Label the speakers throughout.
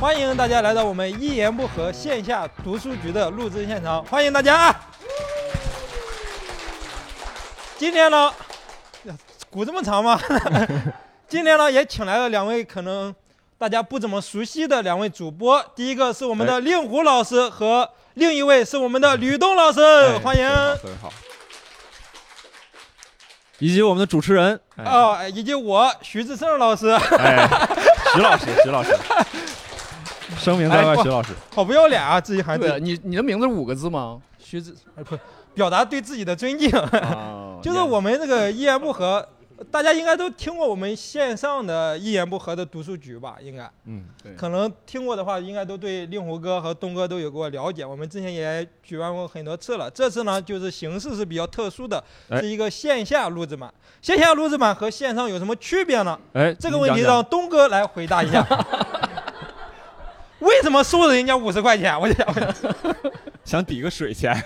Speaker 1: 欢迎大家来到我们一言不合线下读书局的录制现场，欢迎大家。啊今天呢，鼓这么长吗？ 今天呢，也请来了两位可能大家不怎么熟悉的两位主播，第一个是我们的令狐老师和另一位是我们的吕东老师，
Speaker 2: 哎
Speaker 1: 欢迎。
Speaker 3: 很好，
Speaker 2: 以及我们的主持人，哎，
Speaker 1: 哦，以及我徐志胜老师，
Speaker 3: 哎，徐老师，徐老 师，
Speaker 2: 声明在
Speaker 3: 哎
Speaker 2: 外，
Speaker 3: 不
Speaker 2: 徐老师，
Speaker 1: 好不要脸啊，自己还
Speaker 4: 对
Speaker 1: 得
Speaker 4: 啊，你你的名字是五个字吗？徐子
Speaker 1: 表达对自己的尊敬。
Speaker 2: 哦
Speaker 4: 啊
Speaker 1: 就是我们这个一言不合，大家应该都听过我们线上的一言不合的读书局吧？应该
Speaker 2: 嗯，
Speaker 1: 可能听过的话，应该都对令狐哥和东哥都有过了解。我们之前也举办过很多次了，这次呢就是形式是比较特殊的，
Speaker 2: 哎
Speaker 1: 是一个线下录制版。线下录制版和线上有什么区别呢？
Speaker 2: 哎，
Speaker 1: 这个问题
Speaker 2: 你讲讲
Speaker 1: 让东哥来回答 一下。为什么收了人家五十块钱？我就想问，
Speaker 2: 想抵个水钱，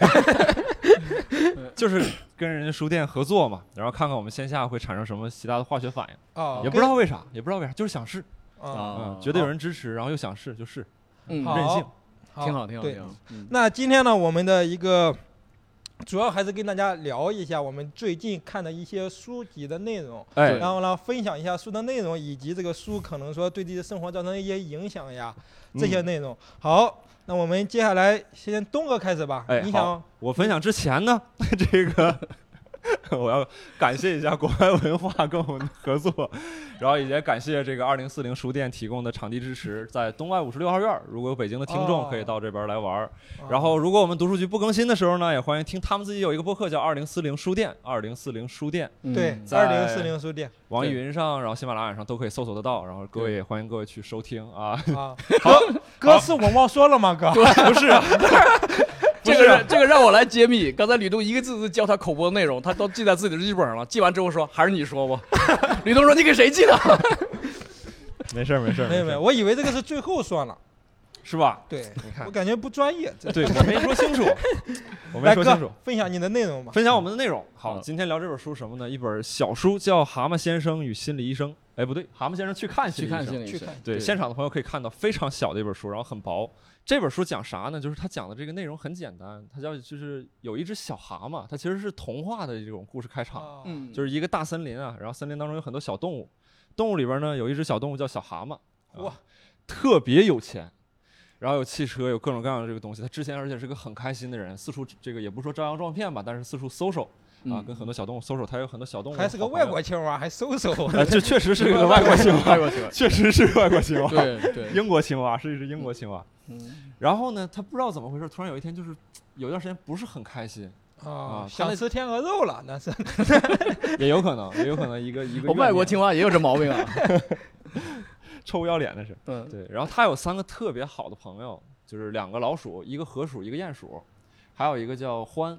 Speaker 2: 就是跟人家书店合作嘛，然后看看我们线下会产生什么其他的化学反应，
Speaker 1: 哦，
Speaker 2: 也不知道为啥，也不知道为啥，就是想试，
Speaker 1: 啊，
Speaker 2: 嗯，觉得有人支持，然后又想试就试，
Speaker 4: 嗯
Speaker 1: 好
Speaker 2: 任性，
Speaker 4: 挺好，挺好，
Speaker 1: 对
Speaker 4: 挺好。嗯
Speaker 1: 那今天呢，我们的一个主要还是跟大家聊一下我们最近看的一些书籍的内容，
Speaker 2: 哎
Speaker 4: 对，
Speaker 1: 然后呢，分享一下书的内容，以及这个书可能说对自己的生活造成一些影响呀，这些
Speaker 2: 嗯
Speaker 1: 内容。好，那我们接下来先东哥开始吧。
Speaker 2: 哎
Speaker 1: 你想
Speaker 2: 我分享之前呢， 这个我要感谢一下国外文化跟我们合作，然后也感谢这个二零四零书店提供的场地支持，在东外五十六号院儿，如果有北京的听
Speaker 1: 哦
Speaker 2: 众可以到这边来玩儿。
Speaker 1: 啊
Speaker 2: 然后，如果我们读书局不更新的时候呢，也欢迎听他们自己有一个播客叫二零四零书店，二零四零书店，
Speaker 1: 对
Speaker 4: 嗯
Speaker 1: 二
Speaker 2: 在
Speaker 1: 零四零书店
Speaker 2: 网易云上，然后喜马拉雅上都可以搜索得到。然后各位也欢迎各位去收听啊，
Speaker 1: 啊，哥哥是我忘说了吗？哥，
Speaker 2: 不是啊，
Speaker 4: 这个让这个让我来揭秘。刚才吕东一个字字教他口播内容，他都记在自己的日记本上了。记完之后说：“还是你 说吧。”吕东说：“你给谁记的
Speaker 2: 没事儿 没事儿
Speaker 1: 没有没
Speaker 2: 事
Speaker 1: 有，
Speaker 2: 儿，
Speaker 1: 我以为这个是最后说了，
Speaker 2: 是吧？
Speaker 1: 对
Speaker 2: 你看
Speaker 1: 我，感觉不专业。这
Speaker 2: 对我没说清 楚，我没
Speaker 1: 来
Speaker 2: 说清楚
Speaker 1: 哥。，分享你的内容吧。
Speaker 2: 分享我们的内容。好，
Speaker 4: 嗯
Speaker 2: 今天聊这本书什么呢？一本小书叫《蛤蟆先生与心理医生》。哎，不对，《蛤蟆先生去看》心理
Speaker 4: 去
Speaker 2: 医
Speaker 4: 看
Speaker 2: 生
Speaker 4: 心。理医
Speaker 1: 去
Speaker 4: 生
Speaker 1: 看。
Speaker 2: 对，现场的朋友可以看到非常小的一本书，然后很薄。这本书讲啥呢？就是它讲的这个内容很简单，它叫就是有一只小蛤蟆，它其实是童话的这种故事开场，
Speaker 1: 啊
Speaker 4: 嗯，
Speaker 2: 就是一个大森林啊，然后森林当中有很多小动物，动物里边呢有一只小动物叫小蛤蟆，啊
Speaker 1: 哇，
Speaker 2: 特别有钱。然后有汽车，有各种各样的这个东西。他之前而且是个很开心的人，四处这个也不说招摇撞骗吧，但是四处搜索。啊，
Speaker 4: 嗯
Speaker 2: 跟很多小动物搜索，它有很多小动物，
Speaker 1: 还是个外国，青蛙，还收手。
Speaker 2: 呃， 这确实是个外国青蛙，
Speaker 4: 外国车。
Speaker 2: 确实是外国青蛙，
Speaker 4: 对对，
Speaker 2: 英国青蛙是一只英国青蛙。
Speaker 4: 嗯
Speaker 2: 然后呢，它不知道怎么回事，突然有一天就是有一段时间不是很开心，
Speaker 1: 啊
Speaker 2: 啊，
Speaker 1: 想
Speaker 2: 他那
Speaker 1: 吃天鹅肉了，那是
Speaker 2: 也有可能，也有可能一个一个
Speaker 4: 我哦外国
Speaker 2: 怨念
Speaker 4: 青蛙也有这毛 病啊。
Speaker 2: 臭不要脸的是。
Speaker 4: 嗯，
Speaker 2: 对，然后它有三个特别好的朋友，就是两个老鼠，一个河鼠，一个鼹鼠，还有一个叫獾，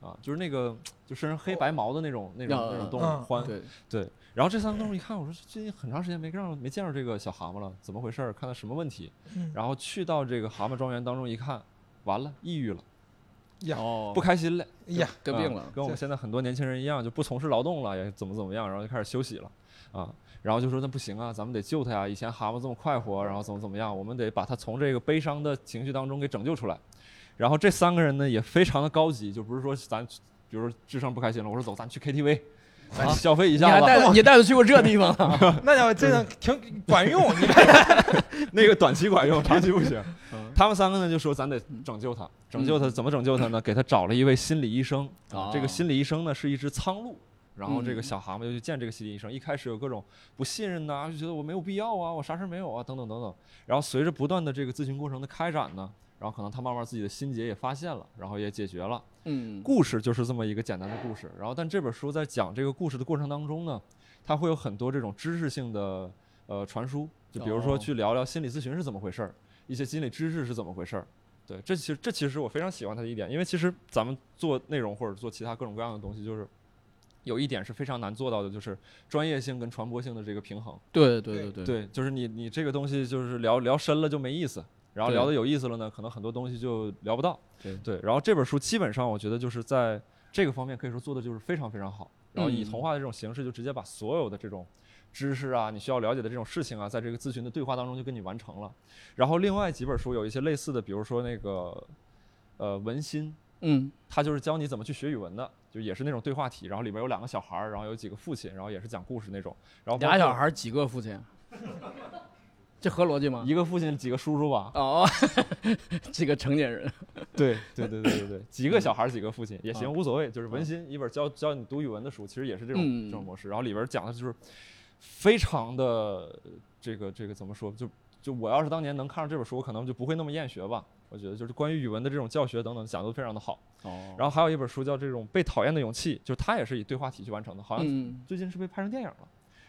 Speaker 2: 啊，就是那个就身上黑白毛的那种那种那种动物
Speaker 1: 嗯嗯
Speaker 2: 獾。
Speaker 4: 哦对，
Speaker 2: 对，然后这三个动物一看，我说最近很长时间没让没见着这个小蛤蟆了，怎么回事儿？看它什么问题？
Speaker 1: 嗯
Speaker 2: 然后去到这个蛤蟆庄园当中一看，完了，抑郁了，
Speaker 4: 哦，
Speaker 2: 不开心了，
Speaker 1: 呀，
Speaker 4: 得病
Speaker 2: 啊
Speaker 4: 了。
Speaker 2: 跟我们现在很多年轻人一样，就不从事劳动了，也怎么怎么样，然后就开始休息了，啊，然后就说那不行啊，咱们得救它呀，以前蛤蟆这么快活，然后怎么怎么样，我们得把它从这个悲伤的情绪当中给拯救出来。然后这三个人呢也非常的高级，就不是说咱比如说智商不开心了，我说走，咱去 KTV，咱
Speaker 4: 啊
Speaker 2: 消费一
Speaker 4: 你
Speaker 2: 下
Speaker 4: 还
Speaker 2: 吧。
Speaker 4: 带着你带他去过这地方啊？
Speaker 1: 那家伙 真的挺管用，你
Speaker 2: 那个短期管用，长期不行
Speaker 4: 嗯。
Speaker 2: 他们三个呢就说咱得拯救他，拯救他怎么拯救他呢？给他找了一位心理医生啊
Speaker 4: 哦，
Speaker 2: 这个心理医生呢是一只苍鹭。然后这个
Speaker 4: 嗯
Speaker 2: 小蛤蟆就去见这个心理医生，一开始有各种不信任呐、就觉得我没有必要啊，我啥事儿没有啊，等等等等。然后随着不断的这个咨询过程的开展呢，然后可能他慢慢自己的心结也发现了，然后也解决了。
Speaker 4: 嗯，
Speaker 2: 故事就是这么一个简单的故事。然后，但这本书在讲这个故事的过程当中呢，它会有很多这种知识性的呃传输，就比如说
Speaker 4: 哦
Speaker 2: 去聊聊心理咨询是怎么回事儿，一些心理知识是怎么回事儿。对，这其实这其实我非常喜欢它的一点，因为其实咱们做内容或者做其他各种各样的东西，就是有一点是非常难做到的，就是专业性跟传播性的这个平衡。
Speaker 4: 对对对对，
Speaker 2: 对，就是你你这个东西就是聊聊深了就没意思，然后聊
Speaker 4: 对
Speaker 2: 的有意思了呢，可能很多东西就聊不到。
Speaker 4: 对
Speaker 2: 然后这本书基本上我觉得就是在这个方面可以说做的就是非常非常好，然后以
Speaker 4: 嗯
Speaker 2: 童话的这种形式就直接把所有的这种知识啊，你需要了解的这种事情啊，在这个咨询的对话当中就跟你完成了。然后另外几本书有一些类似的，比如说那个呃文心，
Speaker 4: 嗯
Speaker 2: 他就是教你怎么去学语文的，就也是那种对话题，然后里边有两个小孩儿，然后有几个父亲，然后也是讲故事那种，然后包
Speaker 4: 俩
Speaker 2: 括
Speaker 4: 小孩儿几个父亲？这合逻辑吗？
Speaker 2: 一个 父亲几个叔叔吧，
Speaker 4: 哦， 几个成年人，
Speaker 2: 对对对对对对，几个小孩儿几个父亲也
Speaker 4: 啊
Speaker 2: 行，无所谓。就是
Speaker 4: 啊
Speaker 2: 文心一本教教你读语文的书，其实也是这种
Speaker 4: 嗯
Speaker 2: 这种模式。然后里边讲的就是非常的呃这个这个怎么说？就就我要是当年能看上这本书，我可能就不会那么厌学吧。我觉得就是关于语文的这种教学等等讲得非常的好。
Speaker 4: 哦，
Speaker 2: 然后还有一本书叫这种被讨厌的勇气，就是它也是以对话题去完成的，好像
Speaker 4: 嗯，
Speaker 2: 最近是被拍成电影了。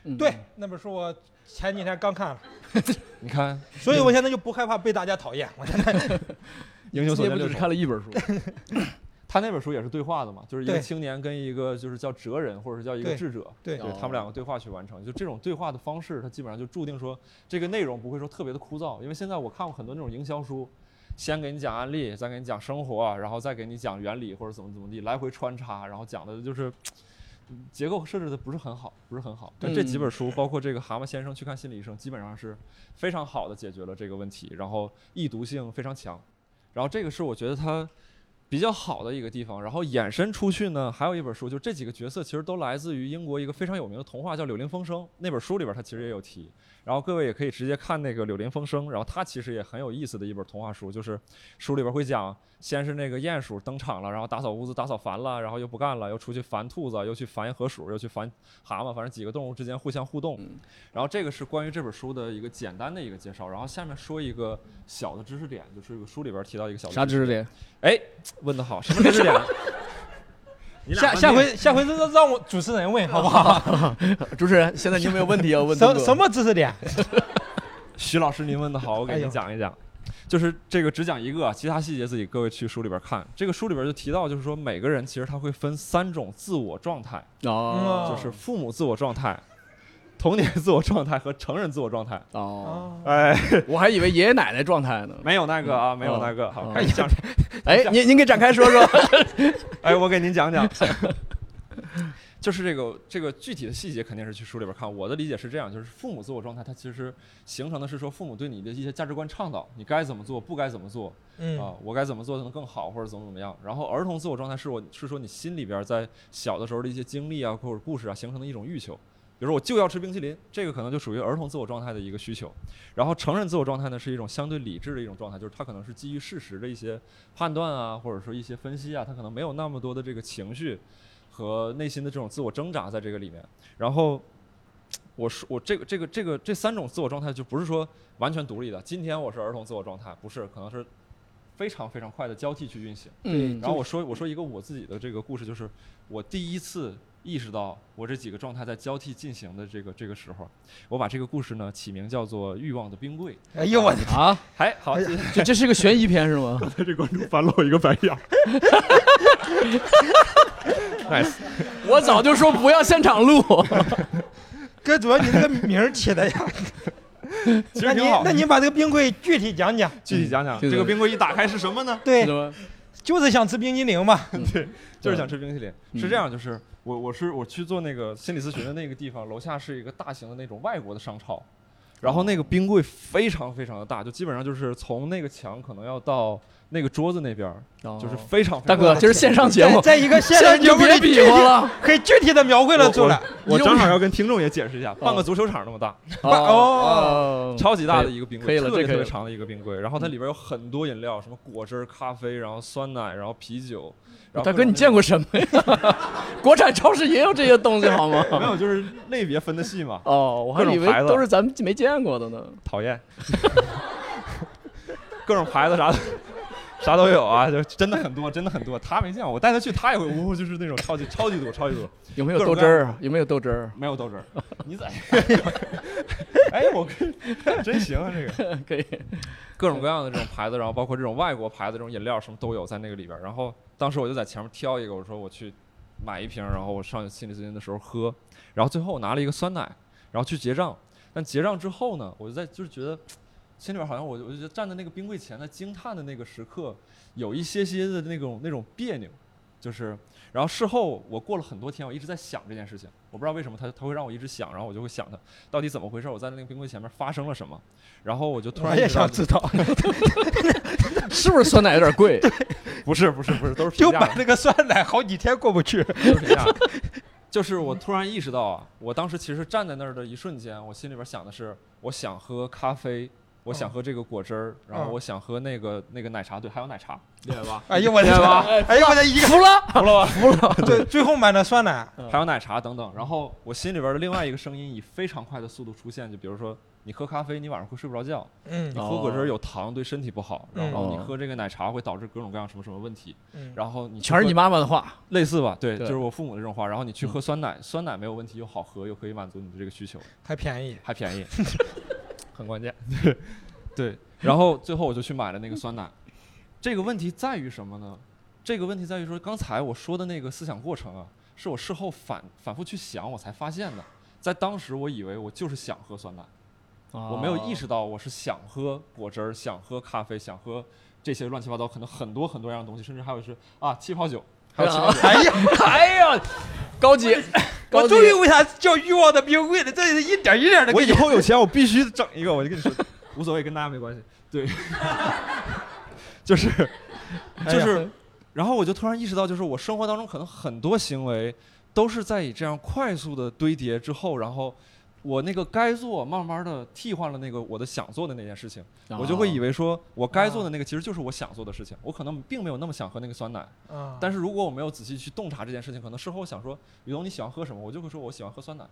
Speaker 4: 嗯
Speaker 1: 对，，那本书我前几天刚看了，
Speaker 2: 你看
Speaker 1: 所以我现在就不害怕被大家讨厌。我现在
Speaker 2: 英雄所
Speaker 4: 也
Speaker 2: 见
Speaker 4: 不
Speaker 2: 略
Speaker 4: 只
Speaker 2: 同。
Speaker 4: 看了 一本书，
Speaker 2: 他那本书也是对话的嘛，就是一个
Speaker 1: 对
Speaker 2: 青年跟一个就是叫哲人或者是叫一个
Speaker 1: 对
Speaker 2: 智者，
Speaker 1: 对
Speaker 2: 对他们两个对话去完成。就这种对话的方式，它基本上就注定说这个内容不会说特别的枯燥，因为现在我看过很多那种营销书，先给你讲案例，再给你讲生活，啊然后再给你讲原理或者怎么怎么地，来回穿插，然后讲的就是。嗯结构设置的不是很好，不是很好。但这几本书，包括这个《蛤蟆先生去看心理医生》，基本上是非常好的解决了这个问题，然后易读性非常强。然后这个是我觉得它比较好的一个地方。然后衍生出去呢，还有一本书，就这几个角色其实都来自于英国一个非常有名的童话，叫《柳林风声》。那本书里边它其实也有提。然后各位也可以直接看那个《柳林风声》，然后它其实也很有意思的一本童话书，就是书里边会讲，先是那个鼹鼠登场了，然后打扫屋子打扫烦了，然后又不干了，又出去烦兔子，又去烦河鼠，又去烦蛤蟆，反正几个动物之间互相互动。
Speaker 4: 嗯
Speaker 2: 然后这个是关于这本书的一个简单的一个介绍。然后下面说一个小的知识点，就是这个书里边提到一个小的
Speaker 4: 啥知识点？
Speaker 2: 哎，问得好，什么知识 点？你俩
Speaker 1: 下
Speaker 2: 问
Speaker 1: 下
Speaker 2: 这
Speaker 1: 回下回让让我主持人问好不好？
Speaker 4: 主持人，现在你有没有问题要问
Speaker 1: 什
Speaker 4: 东哥？
Speaker 1: 什么知识点？
Speaker 2: 徐老师您问的好，我给
Speaker 1: 哎呦
Speaker 2: 您讲一讲。就是这个只讲一个，其他细节自己各位去书里边看。这个书里边就提到，就是说每个人其实他会分三种自我状态，
Speaker 4: 哦，
Speaker 2: 就是父母自我状态、童年自我状态和成人自我状态。
Speaker 4: 哦，
Speaker 1: 啊，
Speaker 2: 哎，
Speaker 4: 我还以为爷爷奶奶状态呢。哦
Speaker 2: 没有那个啊，没有那个。好，开始讲。
Speaker 4: 哎，您您给展开说说。
Speaker 2: 哎，我给您讲 讲， 就是这个这个具体的细节肯定是去书里边看。我的理解是这样，就是父母自我状态，它其实形成的是说父母对你的一些价值观倡导，你该怎么做，不该怎么做啊、
Speaker 1: 嗯，
Speaker 2: 我该怎么做才能更好，或者怎么怎么样。然后儿童自我状态是我是说你心里边在小的时候的一些经历啊，或者故事啊，形成的一种欲求。比如说我就要吃冰淇淋，这个可能就属于儿童自我状态的一个需求。然后成人自我状态呢，是一种相对理智的一种状态，就是他可能是基于事实的一些判断啊，或者说一些分析啊，他可能没有那么多的这个情绪和内心的这种自我挣扎在这个里面。然后我说我这个这个这个这三种自我状态就不是说完全独立的，今天我是儿童自我状态，不是，可能是非常非常快的交替去运行。
Speaker 4: 嗯，
Speaker 2: 然后我说我说一个我自己的这个故事，就是我第一次意识到我这几个状态在交替进行的这个这个时候，我把这个故事呢起名叫做《欲望的冰柜》。
Speaker 1: 哎呦我的，哎
Speaker 4: 啊，
Speaker 2: 还好，谢谢
Speaker 4: 这这是个悬疑片是吗？
Speaker 3: 这观众翻了我一个白眼儿。
Speaker 2: nice。
Speaker 4: 我早就说不要现场 录。
Speaker 1: 哥，主要你这个名儿起的呀，
Speaker 2: 其
Speaker 1: 那
Speaker 2: 实
Speaker 1: 你
Speaker 2: 挺好。
Speaker 1: 那你把这个冰柜具体讲讲，
Speaker 2: 具体讲讲，
Speaker 4: 对
Speaker 2: 这
Speaker 4: 对
Speaker 2: 个冰柜一打开是什么呢？
Speaker 1: 对
Speaker 4: 是，吗
Speaker 1: 就是想吃冰激凌 嘛，
Speaker 2: 就是想吃冰淇淋。
Speaker 4: 嗯
Speaker 2: 是这样，就是我我是我去做那个心理咨询的那个地方，楼下是一个大型的那种外国的商超，然后那个冰柜非常非常的大，就基本上就是从那个墙可能要到那个桌子那边儿，就是非常非
Speaker 4: 哦大
Speaker 2: 常
Speaker 4: 哥，这是线上节目，
Speaker 1: 在在一个现
Speaker 4: 在
Speaker 1: 在
Speaker 4: 你就别比划了。
Speaker 1: 可以具体的描绘了出来。
Speaker 2: 我正好要跟听众也解释一下，半个足球场那么大，哦
Speaker 4: 哦，
Speaker 2: 超级大的一个冰
Speaker 4: 可以
Speaker 2: 柜，特
Speaker 4: 了这可以
Speaker 2: 别特别
Speaker 4: 了嗯
Speaker 2: 长的一个冰柜。然后它里边有很多饮料，什么果汁儿、咖啡，然后酸奶，然后啤酒。然后
Speaker 4: 大
Speaker 2: 各
Speaker 4: 哥，
Speaker 2: 种
Speaker 4: 你
Speaker 2: 那
Speaker 4: 见过什么呀？国产超市也有这些东西好吗？
Speaker 2: 种没有？就是类别分的细嘛。
Speaker 4: 哦，我还以
Speaker 2: 各
Speaker 4: 为
Speaker 2: 种牌子
Speaker 4: 都是咱们没见过的呢。
Speaker 2: 讨厌， 各种牌子啥的。啥都有啊，就真的很多，真的很多。他没见过，我带他去，他也会呜，就是那种超级超级多，超级多。
Speaker 4: 有没有
Speaker 2: 各
Speaker 4: 豆
Speaker 2: 种
Speaker 4: 汁儿啊？有没有豆汁儿？
Speaker 2: 没有豆 汁儿，你咋？ 哎，我真行啊，这个
Speaker 4: 可以。
Speaker 2: 各种各样的这种牌子，然后包括这种外国牌子、这种饮料什么都有在那个里边儿。然后当时我就在前面挑一个，我说我去买一瓶，然后我上心理咨询的时候喝，然后最后我拿了一个酸奶，然后去结账。但结账之后呢，我就在就是觉得心里边好像我就我就觉得站在那个冰柜前的惊叹的那个时刻，有一些些的那种那种别扭，就是，然后事后我过了很多天，我一直在想这件事情，我不知道为什么他他会让我一直想，然后我就会想他到底怎么回事，我在那个冰柜前面发生了什么，然后我就突
Speaker 1: 我
Speaker 2: 然
Speaker 1: 也
Speaker 2: 意识到
Speaker 1: 想知道，
Speaker 4: 是不是酸奶有点贵？
Speaker 2: 不是不是不是都是
Speaker 1: 就
Speaker 2: 平价的
Speaker 1: 买，那个酸 奶，好几天过不去。
Speaker 2: 都是这样。就是我突然意识到啊，我当时其实站在那儿的一瞬间，我心里边想的是，我想喝咖啡，我想喝这个果汁儿，然后
Speaker 1: 嗯
Speaker 2: 我想喝那个那个奶茶，对，还有奶茶，
Speaker 4: 厉害吧？
Speaker 1: 哎呦我的
Speaker 2: 对
Speaker 1: 妈
Speaker 2: 吧！
Speaker 1: 哎呦我的一个
Speaker 4: 服了，嗯
Speaker 2: 服 了吧？
Speaker 1: 对，最后买的酸奶，
Speaker 2: 还有奶茶等等。然后我心里边的另外一个声音以非常快的速度出现，就比如说你喝咖啡，你晚上会睡不着觉；
Speaker 1: 嗯
Speaker 2: 你喝果汁儿有糖对身体不好，然后你
Speaker 4: 嗯
Speaker 2: 喝这个奶茶会导致各种各样什么什么问题。
Speaker 1: 嗯，
Speaker 2: 然后你去
Speaker 4: 全是
Speaker 2: 喝
Speaker 4: 你妈妈的话。
Speaker 2: 类似吧？对，
Speaker 4: 对嗯
Speaker 2: 就是我父母的这种话。然后你去喝酸奶，酸奶没有问题，又好喝，又可以满足你的这个需求。
Speaker 1: 还便宜。
Speaker 2: 还便 宜，很关键。 对，然后最后我就去买了那个酸奶。这个问题在于什么呢？这个问题在于说，刚才我说的那个思想过程啊，是我事后反反复去想，我才发现的。在当时，我以为我就是想喝酸奶，我没有意识到我是想喝果汁儿、想喝咖啡、想喝这些乱七八糟，可能很多很多样的东西，甚至还有是啊气泡酒，还有气泡酒。
Speaker 1: 哎呀，
Speaker 4: 哎呀，高级，
Speaker 1: 我
Speaker 4: 高级
Speaker 1: 终于为啥叫欲望的冰柜了？这是一点一点的
Speaker 2: 我
Speaker 1: 给
Speaker 2: 以
Speaker 1: 你。
Speaker 2: 后有钱，我必须整一个。我就跟你说，无所谓，跟大家没关系。对， 就是就
Speaker 1: 哎
Speaker 2: 是
Speaker 1: 呀，
Speaker 2: 然后我就突然意识到，就是我生活当中可能很多行为都是在以这样快速的堆叠之后，然后我那个该做慢慢的替换了那个我的想做的那件事情，
Speaker 4: 哦
Speaker 2: 我就会以为
Speaker 4: 为
Speaker 1: 哦
Speaker 2: 说我该做的那个其实就是我想做的事情，我可能并没有那么想喝那个酸奶。
Speaker 1: 啊
Speaker 2: 但是如果我没有仔细去洞察这件事情，可能事后我想说，于东你喜欢喝什么，我就会说我喜欢喝酸奶。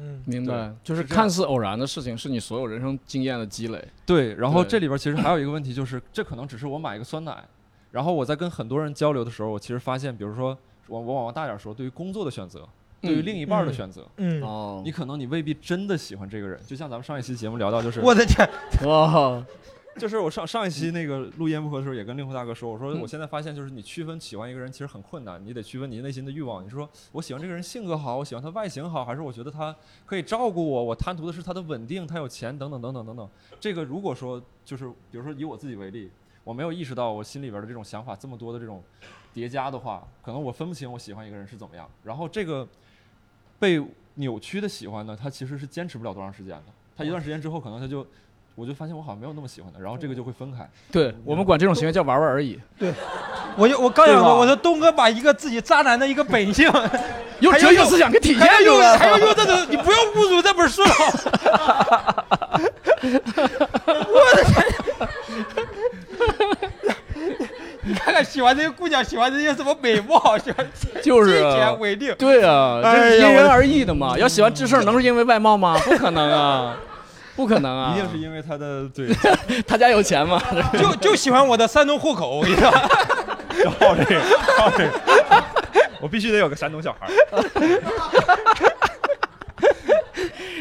Speaker 1: 嗯，
Speaker 4: 明白
Speaker 2: 对，
Speaker 4: 就是
Speaker 2: 是这样
Speaker 4: 看似偶然的事情，是你所有人生经验的积累。
Speaker 2: 对，然后
Speaker 4: 对
Speaker 2: 这里边其实还有一个问题，就是这可能只是我买一个酸奶，然后我在跟很多人交流的时候，我其实发现，比如说我我往大点说，对于工作的选择，对于另一半的
Speaker 1: 嗯
Speaker 2: 选择，
Speaker 1: 嗯，
Speaker 4: 哦
Speaker 2: 你可能你未必真的喜欢这个人。就像咱们上一期节目聊到，就是
Speaker 1: 我的天，
Speaker 4: 哇，
Speaker 2: 就是我上上一期那个录音不合的时候，也跟令狐大哥说，我说
Speaker 4: 嗯
Speaker 2: 我现在发现，就是你区分喜欢一个人其实很困难，你得区分你内心的欲望。你说我喜欢这个人性格好，我喜欢他外形好，还是我觉得他可以照顾我，我贪图的是他的稳定，他有钱等等等等等等。这个如果说就是比如说以我自己为例，我没有意识到我心里边的这种想法这么多的这种叠加的话，可能我分不清我喜欢一个人是怎么样。然后这个被扭曲的喜欢呢，它其实是坚持不了多长时间的。他一段时间之后，可能他就，我就发现我好像没有那么喜欢他，然后这个就会分开。
Speaker 4: 对我们管这种行为叫玩玩而已，
Speaker 1: 我就 我刚想
Speaker 2: 对
Speaker 1: 说，
Speaker 2: 吧
Speaker 1: 我说东哥把一个自己渣男的一个本性，还
Speaker 4: 有
Speaker 1: 还要
Speaker 4: 哲学
Speaker 1: 用
Speaker 4: 思想跟体验
Speaker 1: 要
Speaker 4: 出
Speaker 1: 用
Speaker 4: 来
Speaker 1: 还要
Speaker 4: 了
Speaker 1: 用这种，你不要侮辱这本书了。 我的天， 你看看喜欢这些姑娘，喜欢这些什么美貌，喜欢
Speaker 4: 就
Speaker 1: 金
Speaker 4: 是啊
Speaker 1: 钱、稳定。
Speaker 4: 对啊，
Speaker 1: 哎
Speaker 4: 这是
Speaker 1: 呀
Speaker 4: 因人
Speaker 1: 我
Speaker 4: 而异的嘛。要喜欢这事儿，能是因为外貌 吗？不可能啊，不可能啊。
Speaker 2: 一定是因为他的对
Speaker 4: 他家有 钱嘛？
Speaker 1: 就就喜欢我的山东户口，我跟你说，
Speaker 2: 靠这个靠这个， 我必须得有个山东小孩儿。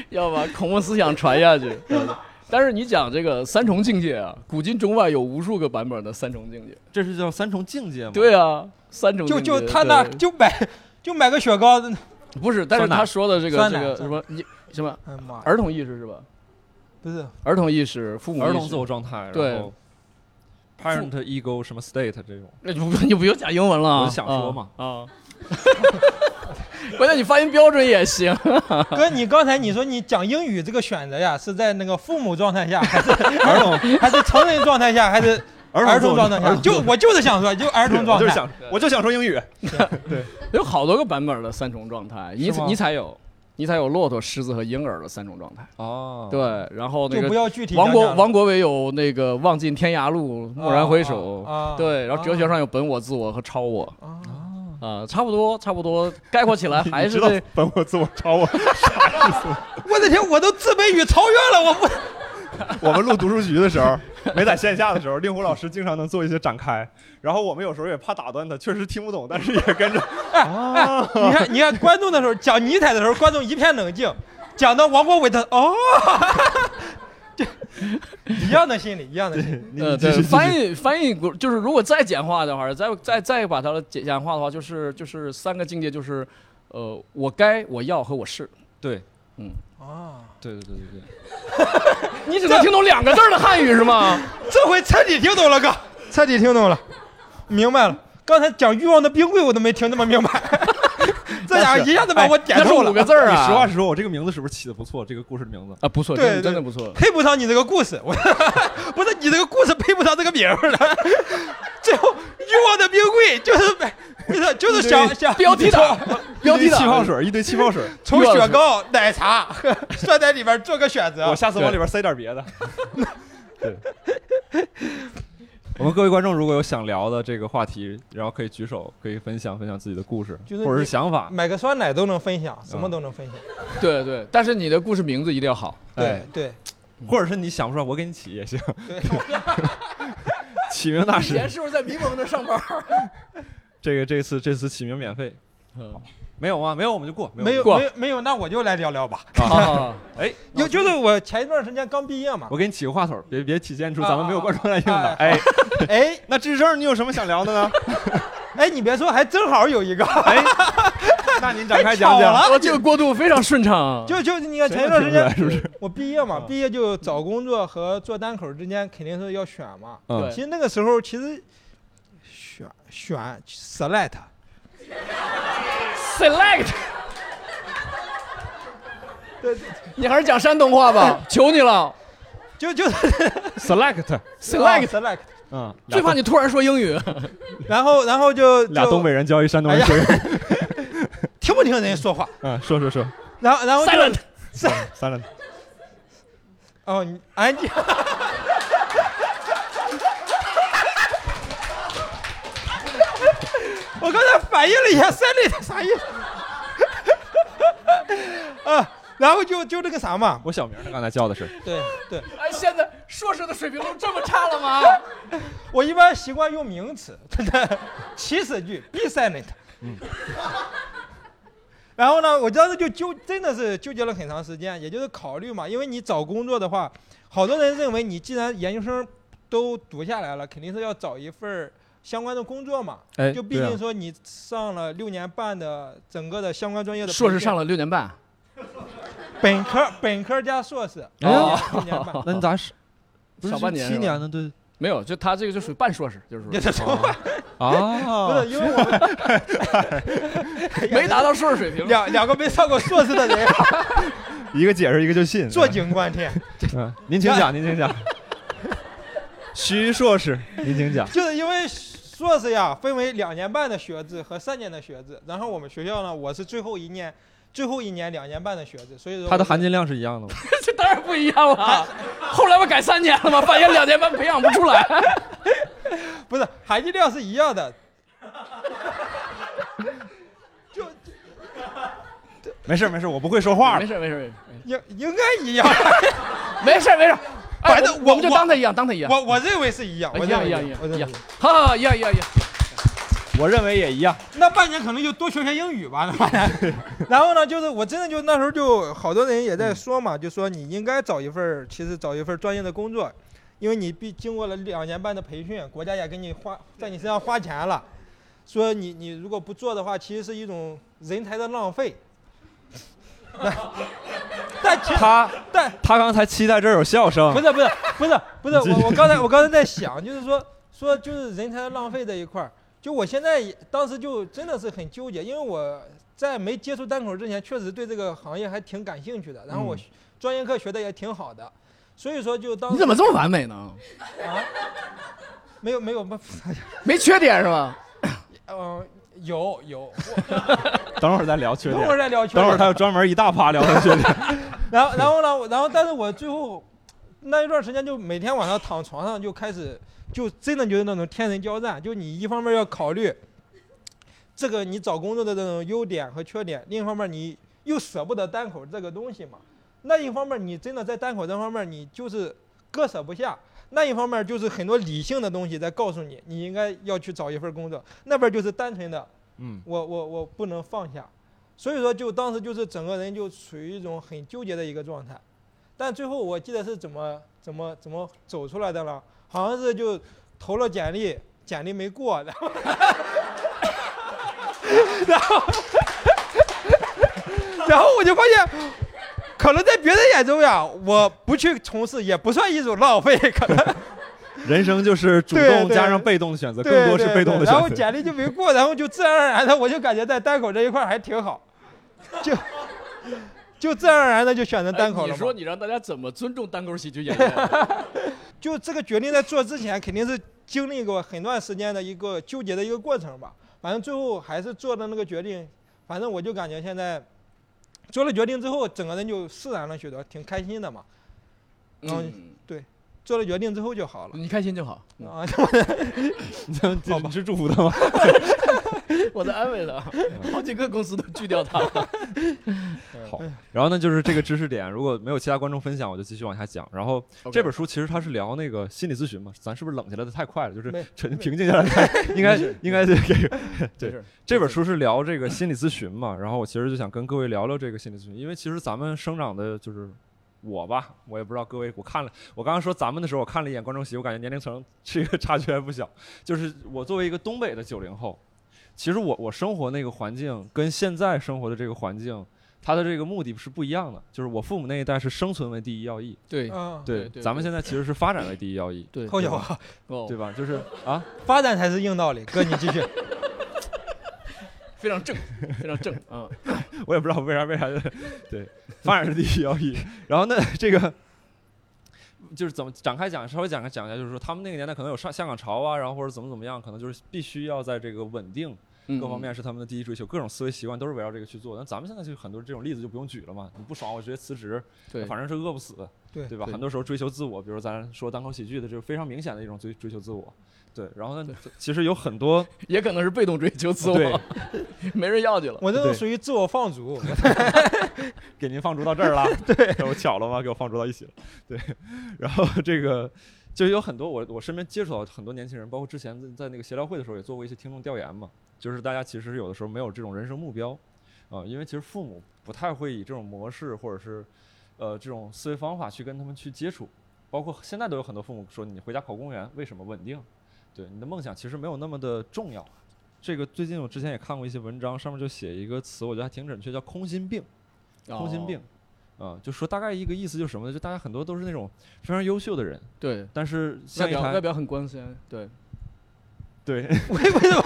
Speaker 4: 要把孔孟思想传下去。
Speaker 2: 嗯
Speaker 4: 但是你讲这个三重境界啊，古今中外有无数个版本的三重境界。
Speaker 2: 这是叫三重境界吗？
Speaker 4: 对啊，三重
Speaker 1: 就
Speaker 4: 境界
Speaker 1: 就他那
Speaker 4: 对
Speaker 1: 就买就买个雪糕，
Speaker 4: 不是，但是
Speaker 2: 酸奶
Speaker 4: 他说的这个
Speaker 1: 酸
Speaker 4: 这
Speaker 1: 奶
Speaker 4: 个什
Speaker 1: 酸
Speaker 4: 么你什么
Speaker 1: 哎呀妈呀，
Speaker 4: 儿童意识是吧？
Speaker 1: 不是
Speaker 4: 儿童意识、父母
Speaker 2: 儿
Speaker 4: 意
Speaker 2: 童
Speaker 4: 识
Speaker 2: 自我状态，
Speaker 4: 对
Speaker 2: 然后 parent ego 什么 state 这种，
Speaker 4: 那你不你不用讲英文了啊，
Speaker 2: 我就想说嘛
Speaker 4: 啊。啊关键你发音标准也行，
Speaker 1: 哥，你刚才你说你讲英语这个选择呀，是在那个父母状态下，还是
Speaker 2: 儿童
Speaker 1: 还是成人状态下，还是儿童状态下？就我就是想说，就儿童状态。
Speaker 2: 我就想说英语。
Speaker 4: 有好多个版本的三重状态。尼
Speaker 2: 是吗
Speaker 4: 尼采有，尼采有骆驼、狮子和婴儿的三种状态。
Speaker 2: 哦，
Speaker 4: 对，，然后那
Speaker 1: 啊就
Speaker 4: 个
Speaker 1: 不要具体讲
Speaker 4: 王
Speaker 1: 讲
Speaker 4: 国
Speaker 1: 了。
Speaker 4: 王国维有那个望尽天涯路，蓦然回首。
Speaker 1: 啊，啊
Speaker 4: 对，然后哲学上有本我、自我和超我
Speaker 1: 啊，
Speaker 4: 啊、差不多，差不 多，概括起来还是
Speaker 3: 知 道
Speaker 4: 这
Speaker 3: 本我自我超
Speaker 2: 啊
Speaker 3: 我。
Speaker 1: 我的天，我都自卑与超越了，我不
Speaker 3: 我们录读书局的时候，没在线下的时候，令狐老师经常能做一些展开，然后我们有时候也怕打断他，确实听不懂，但是也跟 着。啊，
Speaker 1: 哎你看你看观众的时候讲尼采的时候，观众一片冷静，讲到王国维的哦， 就一样的心理，一样的心理。
Speaker 3: 你
Speaker 4: 呃，
Speaker 3: 继
Speaker 4: 对，
Speaker 3: 续继续
Speaker 4: 翻译翻译过，就是如果再简化的话，再再再把它简简化的话，就是就是三个境界，就是呃，我该、我要和我是。
Speaker 2: 对，
Speaker 4: 嗯
Speaker 1: 啊，
Speaker 2: 对对对对对。
Speaker 4: 你只能听懂两 个字儿的汉语是吗？
Speaker 1: 这回彻底听懂了，哥，彻底听懂了，明白了。刚才讲欲望的冰柜我都没听那么明白， 这家伙
Speaker 2: 但是
Speaker 1: 一下子把
Speaker 3: 哎
Speaker 1: 我点
Speaker 4: 那是
Speaker 1: 透了
Speaker 4: 五。个字儿
Speaker 2: 你
Speaker 4: 啊，
Speaker 2: 实话实说，我这个名字是不是起的不错？这个故事的名字，
Speaker 4: 啊，不错，
Speaker 1: 对
Speaker 4: 真的
Speaker 1: 对
Speaker 4: 真的不错。
Speaker 1: 配不上你这个故事，我 不是你这个故事配不上这个名儿了。 最后，欲望的冰柜就是不是就是想想
Speaker 4: 标题党，标题
Speaker 2: 一堆气泡
Speaker 4: 党，
Speaker 2: 水，一堆气 泡水。
Speaker 1: 从雪糕、奶茶算在里边做个选择
Speaker 2: 我。下次往里边塞点 别的。对。我们各位观众如果有想聊的这个话题，然后可以举手，可以分享分享自己的故事，
Speaker 1: 就是
Speaker 2: 或者
Speaker 1: 你
Speaker 2: 是想法。啊
Speaker 1: 买个酸奶都能分享，什么都能分享。
Speaker 4: 对对。但是你的故事名字一定要好，
Speaker 1: 对对
Speaker 2: 哎嗯或者是你想不出来，我给你起也 行。
Speaker 1: 对，
Speaker 2: 起名大师，
Speaker 4: 是不是在迷蒙那 上班？
Speaker 2: 这个这次这次起名免费，没有吗？啊没有我们就过，
Speaker 1: 没有
Speaker 2: 过。
Speaker 1: 没有没有，那我就来聊聊吧。
Speaker 4: 啊，
Speaker 2: 哎，
Speaker 1: 就就是我前一段时间刚毕业嘛
Speaker 2: 我，给你起个话头，别别体现出咱们没有观众来用
Speaker 1: 啊
Speaker 2: 的
Speaker 1: 啊。
Speaker 2: 哎，
Speaker 1: 哎
Speaker 2: 那智胜，你有什 么想聊的呢？
Speaker 1: 哎，你别说，还正好有一个，
Speaker 2: 哎， 那您展开讲
Speaker 1: 太巧
Speaker 2: 讲
Speaker 1: 了。
Speaker 4: 我哦这个过渡非常顺畅啊。
Speaker 1: 就就你看前一段时间我毕业
Speaker 2: 啊
Speaker 1: 嘛，毕业就找工作和做单口之间肯定是要选嘛。
Speaker 2: 嗯
Speaker 4: 对
Speaker 1: 其实那个时候其实选选 select
Speaker 4: select，
Speaker 1: 对对 哦
Speaker 4: 你还是讲山东话吧，求 你了
Speaker 1: 就就是
Speaker 2: Select，
Speaker 4: ，select。
Speaker 1: select，
Speaker 2: 嗯，
Speaker 4: 最怕你突然说英语，
Speaker 1: 然后然后就
Speaker 2: 俩
Speaker 1: 就哎
Speaker 2: 东北人教一山东人学英语。
Speaker 1: 听不听人家说话，
Speaker 2: 嗯，说说说
Speaker 1: 然后然后就
Speaker 4: silent，
Speaker 2: ，Silent，
Speaker 1: 哦你 安静。我刚才反应了一下 “silent” 啥意思？ 啊，然后就就这个啥嘛，
Speaker 2: 我小名儿他刚才叫的是。
Speaker 1: 对对，
Speaker 4: 哎，现在硕士的水平都这么差了吗？
Speaker 1: 我一般习惯用名词， 真的，起始句 be silent。然后呢，我当时就纠，真的是纠结了很长时间，也就是考虑嘛，因为你找工作的话，好多人认为你既然研究生都读下来了，肯定是要找一份儿相关的工作嘛。
Speaker 2: 哎
Speaker 1: 就毕
Speaker 2: 对啊
Speaker 1: 竟说你上了六年半的整个的相关专业的
Speaker 4: 硕士
Speaker 1: 培训
Speaker 4: 上了六年半，
Speaker 1: 本科，本科加硕士，
Speaker 2: 哎
Speaker 4: 呀
Speaker 1: 哦六年半，
Speaker 2: 那你咋是？不是
Speaker 4: 小半年是
Speaker 2: 七
Speaker 4: 吧
Speaker 2: 年呢？对
Speaker 4: 没有，就他这个就属于半硕士，就是
Speaker 1: 你这什么？不
Speaker 2: 啊
Speaker 1: 是，因为我们
Speaker 4: 没达到硕士水平。
Speaker 1: 两两个没上过硕士的人
Speaker 2: 一个解释一个就信。
Speaker 1: 坐井观天。
Speaker 2: 嗯，您请讲，您请 讲。徐硕士，您请讲。
Speaker 1: 就是因为硕士呀，分为两年半的学制和三年的学制。然后我们学校呢，我是最后一年，最后一年两年半的学制，所以说
Speaker 2: 它的
Speaker 1: 我
Speaker 2: 含金量是一样的吗？
Speaker 4: 这当然不一样了。后来不改三年了吗？发现两年半培养不出来。
Speaker 1: 不是含金量是一 样的。就
Speaker 2: 没事没事，我不会说话
Speaker 4: 没。事没事没事
Speaker 1: 应应该一样，
Speaker 4: 没事没事，哎
Speaker 1: 反正，
Speaker 4: 我
Speaker 1: 我
Speaker 4: 们就当他一样，当他一样。
Speaker 1: 我我认为是一样，
Speaker 4: 哎
Speaker 1: 我
Speaker 4: 一样
Speaker 1: 认为
Speaker 4: 一样
Speaker 1: 是
Speaker 4: 一样
Speaker 1: 我认
Speaker 4: 一
Speaker 1: 为
Speaker 4: 样
Speaker 1: 是。
Speaker 4: 哈哈，一样一样一样。
Speaker 2: 我认为也一样。
Speaker 1: 那半年可能就多学学英语吧，那半年。 然后呢，就是我真的就那时候就好多人也在说嘛，就说你应该找一份儿，其实找一份儿专业的工作，因为你毕经过了两年半的培训，国家也给你花在你身上花钱了，说你你如果不做的话，其实是一种人才的浪费。 但但其实
Speaker 2: 他
Speaker 1: 但
Speaker 2: 他刚才期待这儿有笑声
Speaker 1: 不。是不是不是不是，
Speaker 2: 你继续
Speaker 1: 我我刚才我刚才在想，就是说说就是人才的浪费这一块儿，就我现在也当时就真的是很纠结，因为我在没接触单口之前，确实对这个行业还挺感兴趣的，然后我
Speaker 2: 嗯
Speaker 1: 学专业课学的也挺好的，所以说就 当
Speaker 4: 你怎么这么完美呢？
Speaker 1: 啊？没有没有不，
Speaker 4: 没缺点是吧？
Speaker 1: 嗯、 有有，
Speaker 2: 等会儿再聊缺
Speaker 1: 等
Speaker 2: 点
Speaker 1: 会儿。再聊。
Speaker 2: 等会儿他，有专门一大趴聊他缺点。
Speaker 1: 然后然后呢，我然后但是我最后那一段时间就每天晚上躺床上就开始，就真的就是那种天人交战，就你一方面要考虑这个你找工作的这种优点和缺点，另一方面你又舍不得单口这个东西嘛，那一方面你真的在单口这方面你就是割舍不下。那一方面就是很多理性的东西在告诉你，你应该要去找一份工作。那边就是单纯的
Speaker 2: 嗯，
Speaker 1: 我我我不能放下，所以说就当时就是整个人就处于一种很纠结的一个状态，但最后我记得是怎么怎么怎么走出来的了，好像是就投了简历，简历没过，然后然后然后我就发现。可能在别人眼中呀，我不去从事也不算一种浪费，可能
Speaker 3: 人生就是主
Speaker 1: 对
Speaker 3: 动
Speaker 1: 对
Speaker 3: 加上被动的选择，
Speaker 1: 对
Speaker 3: 更多是
Speaker 1: 对
Speaker 3: 被动
Speaker 1: 对
Speaker 3: 的
Speaker 1: 然后
Speaker 3: 选择。
Speaker 1: 简历就没过，然后就自然而然的，我就感觉在单口这一块儿还挺好，就就自然而然的就选择单口
Speaker 4: 哎你
Speaker 1: 了嘛。
Speaker 4: 说你让大家怎么尊重单口喜剧演员？
Speaker 1: 就这个决定在做之前，肯定是经历过很段时间的一个纠结的一个过程吧。反正最后还是做的那个决定，反正我就感觉现在做了决定之后，整个人就释然了许多，挺开心的嘛。
Speaker 4: 嗯，
Speaker 1: 做了决定之后就好了。
Speaker 4: 你开心就好。
Speaker 1: 啊，
Speaker 3: 你你是祝福他吗？
Speaker 4: 我在安慰他，好几个公司都拒掉 他了。哎
Speaker 2: 然后呢，就是这个知识点，如果没有其他观众分享，我就继续往下讲。然后这本书其实它是聊那个心理咨询嘛，咱是不是冷下来的太快了？就是
Speaker 1: 没
Speaker 2: 沉平静下来看，应该应该这个
Speaker 4: 没
Speaker 2: 对
Speaker 4: 事
Speaker 2: 这本书是聊这个心理咨询嘛。然后我其实就想跟各位聊聊这个心理咨询，因为其实咱们生长的就是。我吧，我也不知道各位，我看了，我刚刚说咱们的时候，我看了一眼观众席，我感觉年龄层 这个差距还不小。就是我作为一个东北的九零后，其实我我生活那个环境跟现在生活的这个环境，它的这个目的是不一样的。就是我父母那一代是生存为第一要义，
Speaker 4: 对
Speaker 1: 嗯，
Speaker 4: 对对
Speaker 2: 咱们现在其实是发展为第一要义，
Speaker 4: 对
Speaker 1: 后脚啊，
Speaker 4: 哦
Speaker 2: 对，吧？ 就是啊，
Speaker 1: 发展才是硬道理。哥，你继续。
Speaker 4: 非常正，非常正啊。
Speaker 2: 我也不知道为啥为啥， 对，发展是第一要义。然后呢， 这个就是怎么展开讲，稍微展开讲一下，就是说他们那个年代可能有上香港潮啊，然后或者怎么怎么样，可能就是必须要在这个稳定
Speaker 4: 嗯
Speaker 2: 各方面是他们的第一追求，各种思维习惯都是围绕这个去做。那咱们现在就很多这种例子就不用举了嘛，你不爽我直接辞职，
Speaker 4: 对
Speaker 2: 反正是饿不死，
Speaker 1: 对
Speaker 2: 吧？
Speaker 4: 对
Speaker 2: 很多时候追求自我，比如咱说单口喜剧的，就是非常明显的一种追追求自我。对，然后呢，其实有很多
Speaker 4: 也可能是被动追求自
Speaker 2: 对
Speaker 4: 我， 没人要你了。
Speaker 1: 我这种
Speaker 2: 对
Speaker 1: 属于自我放逐。
Speaker 2: 给您放逐到这儿了，对，我巧了吗？给我放逐到一起了，对。然后这个就有很多我我身边接触到很多年轻人，包括之前在在那个协聊会的时候也做过一些听众调研嘛，就是大家其实有的时候没有这种人生目标啊、因为其实父母不太会以这种模式或者是呃这种思维方法去跟他们去接触，包括现在都有很多父母说你回家考公务员为什么稳定？对，你的梦想其实没有那么的重要。这个最近我之前也看过一些文章，上面就写一个词，我觉得还挺准确，叫空心病。空心病
Speaker 4: 哦，，
Speaker 2: 啊、就说大概一个意思就是什么呢？就大家很多都是那种非常优秀的人，
Speaker 4: 对，
Speaker 2: 但是像
Speaker 4: 外
Speaker 2: 一
Speaker 4: 表外
Speaker 2: 台
Speaker 4: 表很光鲜，对，
Speaker 2: 对
Speaker 1: 为为什么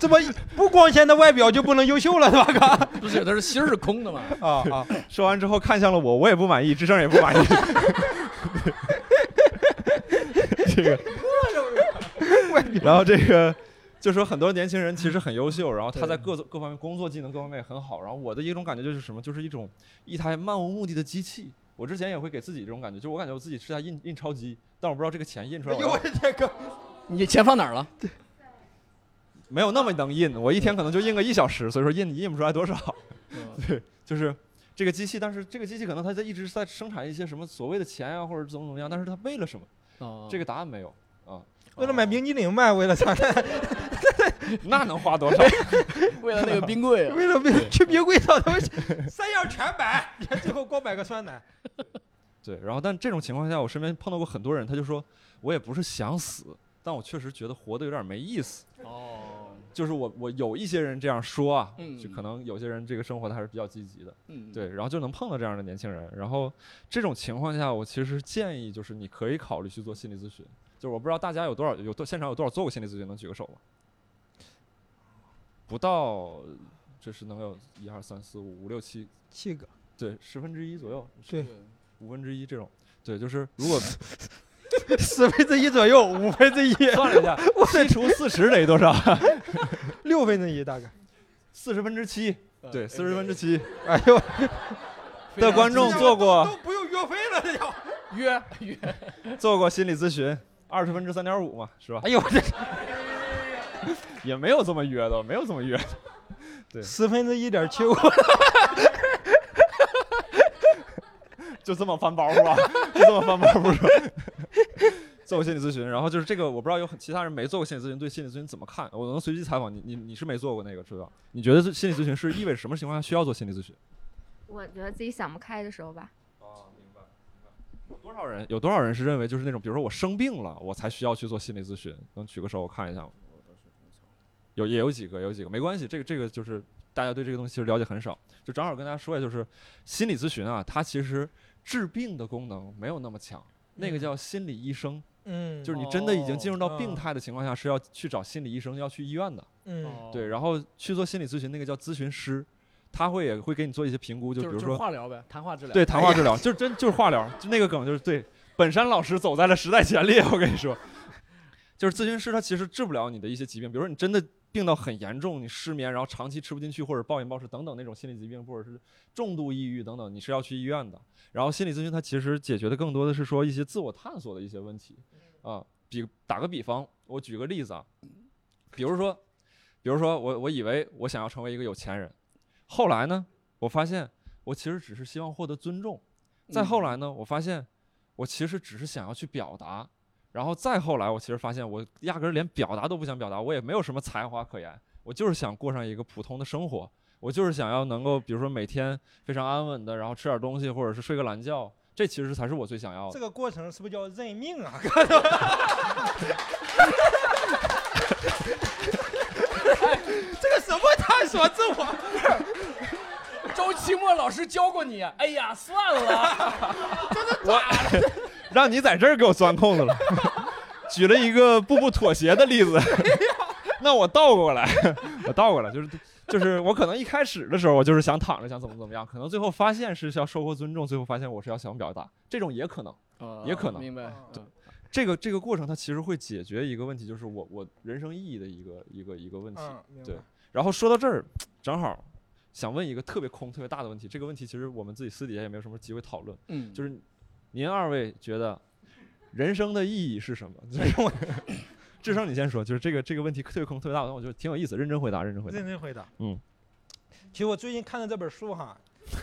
Speaker 1: 这么不光鲜的外表就不能优秀了，是吧？哥？
Speaker 4: 不是，他是心儿是空的嘛。
Speaker 1: 啊啊，
Speaker 3: 说完之后看向了我，我也不满意，智商也不满 意。这个，
Speaker 2: 然后这个就说很多年轻人其实很优秀，然后他
Speaker 4: 对
Speaker 2: 在各各方面工作技能各方面也很好。然后我的一种感觉就是什么？就是一种一台漫无目的的机器。我之前也会给自己这种感觉，就我感觉我自己是台印印钞机，但我不知道这个钱印出
Speaker 1: 哎
Speaker 2: 来
Speaker 1: 呦我
Speaker 2: 我
Speaker 1: 的天哥！
Speaker 4: 你钱放哪儿了？
Speaker 2: 没有那么能印，我一天可能就印个一小时，所以说印印不出来多少。 就是这个机器，但是这个机器可能它在一直在生产一些什么所谓的钱啊，或者怎么怎么样，但是它为了什么？
Speaker 4: 哦
Speaker 2: 这个答案没有啊，
Speaker 1: 为了买冰激凌卖，为了啥？
Speaker 2: 那能花 多少？
Speaker 4: 为了那个冰柜啊，
Speaker 1: 为了冰去冰柜找 他们三样全买，最后光买个酸奶。
Speaker 2: 对，然后但这种情况下，我身边碰到过很多人，他就说我也不是想死，但我确实觉得活得有点没意思。
Speaker 4: 哦，
Speaker 2: 就是我我有一些人这样说啊，
Speaker 4: 嗯
Speaker 2: 就可能有些人这个生活他还是比较积极的，
Speaker 4: 嗯，
Speaker 2: 对，然后就能碰到这样的年轻人。然后这种情况下，我其实建议就是你可以考虑去做心理咨询。就是我不知道大家有多少有多现场有多少做过心理咨询，能举个手吗？不到，这是能有一二三四五五六七，
Speaker 1: 七个，
Speaker 2: 对，十分之一左右，
Speaker 1: 对，
Speaker 2: 五分之一这种。对，就是如果
Speaker 1: 十分之一左右，五分之一，
Speaker 2: 算了一下，七除四十等于多少？
Speaker 1: 六分之一大概。
Speaker 2: 四十分之七，
Speaker 4: 嗯
Speaker 2: 对，四十分之七
Speaker 1: 呃哎呦，
Speaker 2: 的观众做过
Speaker 1: 不用约会了，这要。
Speaker 4: 约约，
Speaker 2: 做过心理咨询，二十分之三点五嘛，是吧？
Speaker 1: 哎呦，这
Speaker 2: 也没有这么约的，没有这么约的。
Speaker 1: 十分之一点七五，
Speaker 2: 就这么翻包袱啊，就这么翻包袱是吧？ 做过心理咨询，然后就是这个，我不知道有很其他人没做过心理咨询，对心理咨询怎么看？我能随机采访你，你你是没做过那个，知道？你觉得这心理咨询是意味着什么情况下需要做心理咨询？
Speaker 5: 我觉得自己想不开的时候吧，
Speaker 2: 啊，明白明白。有多少人？有多少人是认为就是那种，比如说我生病了，我才需要去做心理咨询？能举个手我看一下吗？有也有几个，有几个没关系，这个这个就是大家对这个东西其实了解很少，就正好跟大家说一下，就是心理咨询啊，它其实治病的功能没有那么强，那个叫心理医生，
Speaker 1: 嗯，哦
Speaker 2: 就是你真的已经进入到病态的情况下，是要去找心理医生，要去医院的。
Speaker 1: 嗯
Speaker 2: 对，然后去做心理咨询，那个叫咨询师，他会也会给你做一些评估，就比
Speaker 4: 就是
Speaker 2: 如
Speaker 4: 就是
Speaker 2: 说
Speaker 4: 化疗呗，谈话治疗。哎
Speaker 2: 对谈话治 疗，就是真就是化疗，就那个梗就是对本山老师走在了时代前列。我跟你说， 就是咨询师他其实治不了你的一些疾病，比如说你真的病到很严重，你失眠，然后长期吃不进去或者暴饮暴食等等那种心理疾病，或者是重度抑郁等等，你是要去医院的。然后心理咨询它其实解决的更多的是说一些自我探索的一些问题啊。比打个比方，我举个例子啊，比如说，比如说我我以为我想要成为一个有钱人，后来呢，我发现我其实只是希望获得尊重。再后来呢，我发现我其实只是想要去表达，然后再后来，我其实发现我压根儿连表达都不想表达，我也没有什么才华可言，我就是想过上一个普通的生活，我就是想要能够，比如说每天非常安稳的，然后吃点东西，或者是睡个懒觉，这其实才是我最想要
Speaker 1: 这
Speaker 2: 的。
Speaker 1: 个过程是不是叫认命 啊？这个什么探索自我？
Speaker 4: 周奇墨老师教过你，哎呀，算了，
Speaker 3: 让你在这儿给我钻空子了。
Speaker 2: 举了一个步步妥协的例子， 那我倒过来，我倒过来就是就是我可能一开始的时候我就是想躺着想怎么怎么样，可能最后发现是要收获尊重，最后发现我是要想表达，这种也可能。 也可能
Speaker 4: 明白。
Speaker 2: 这个这个过程它其实会解决一个问题，就是我我人生意义的一个一个一个问题。
Speaker 1: 嗯，明白
Speaker 2: 对然后说到这儿，正好想问一个特别空、特别大的问题。这个问题其实我们自己私底下也没有什么机会讨论，
Speaker 4: 嗯，
Speaker 2: 就是是您二位觉得人生的意义是什么？ 就是我，智生你先说，就是这个这个问题特别空、特别大，但我觉得挺有意思，认真回答，认真回答
Speaker 1: 认。真回答。
Speaker 2: 嗯，
Speaker 1: 其实我最近看的这本书哈，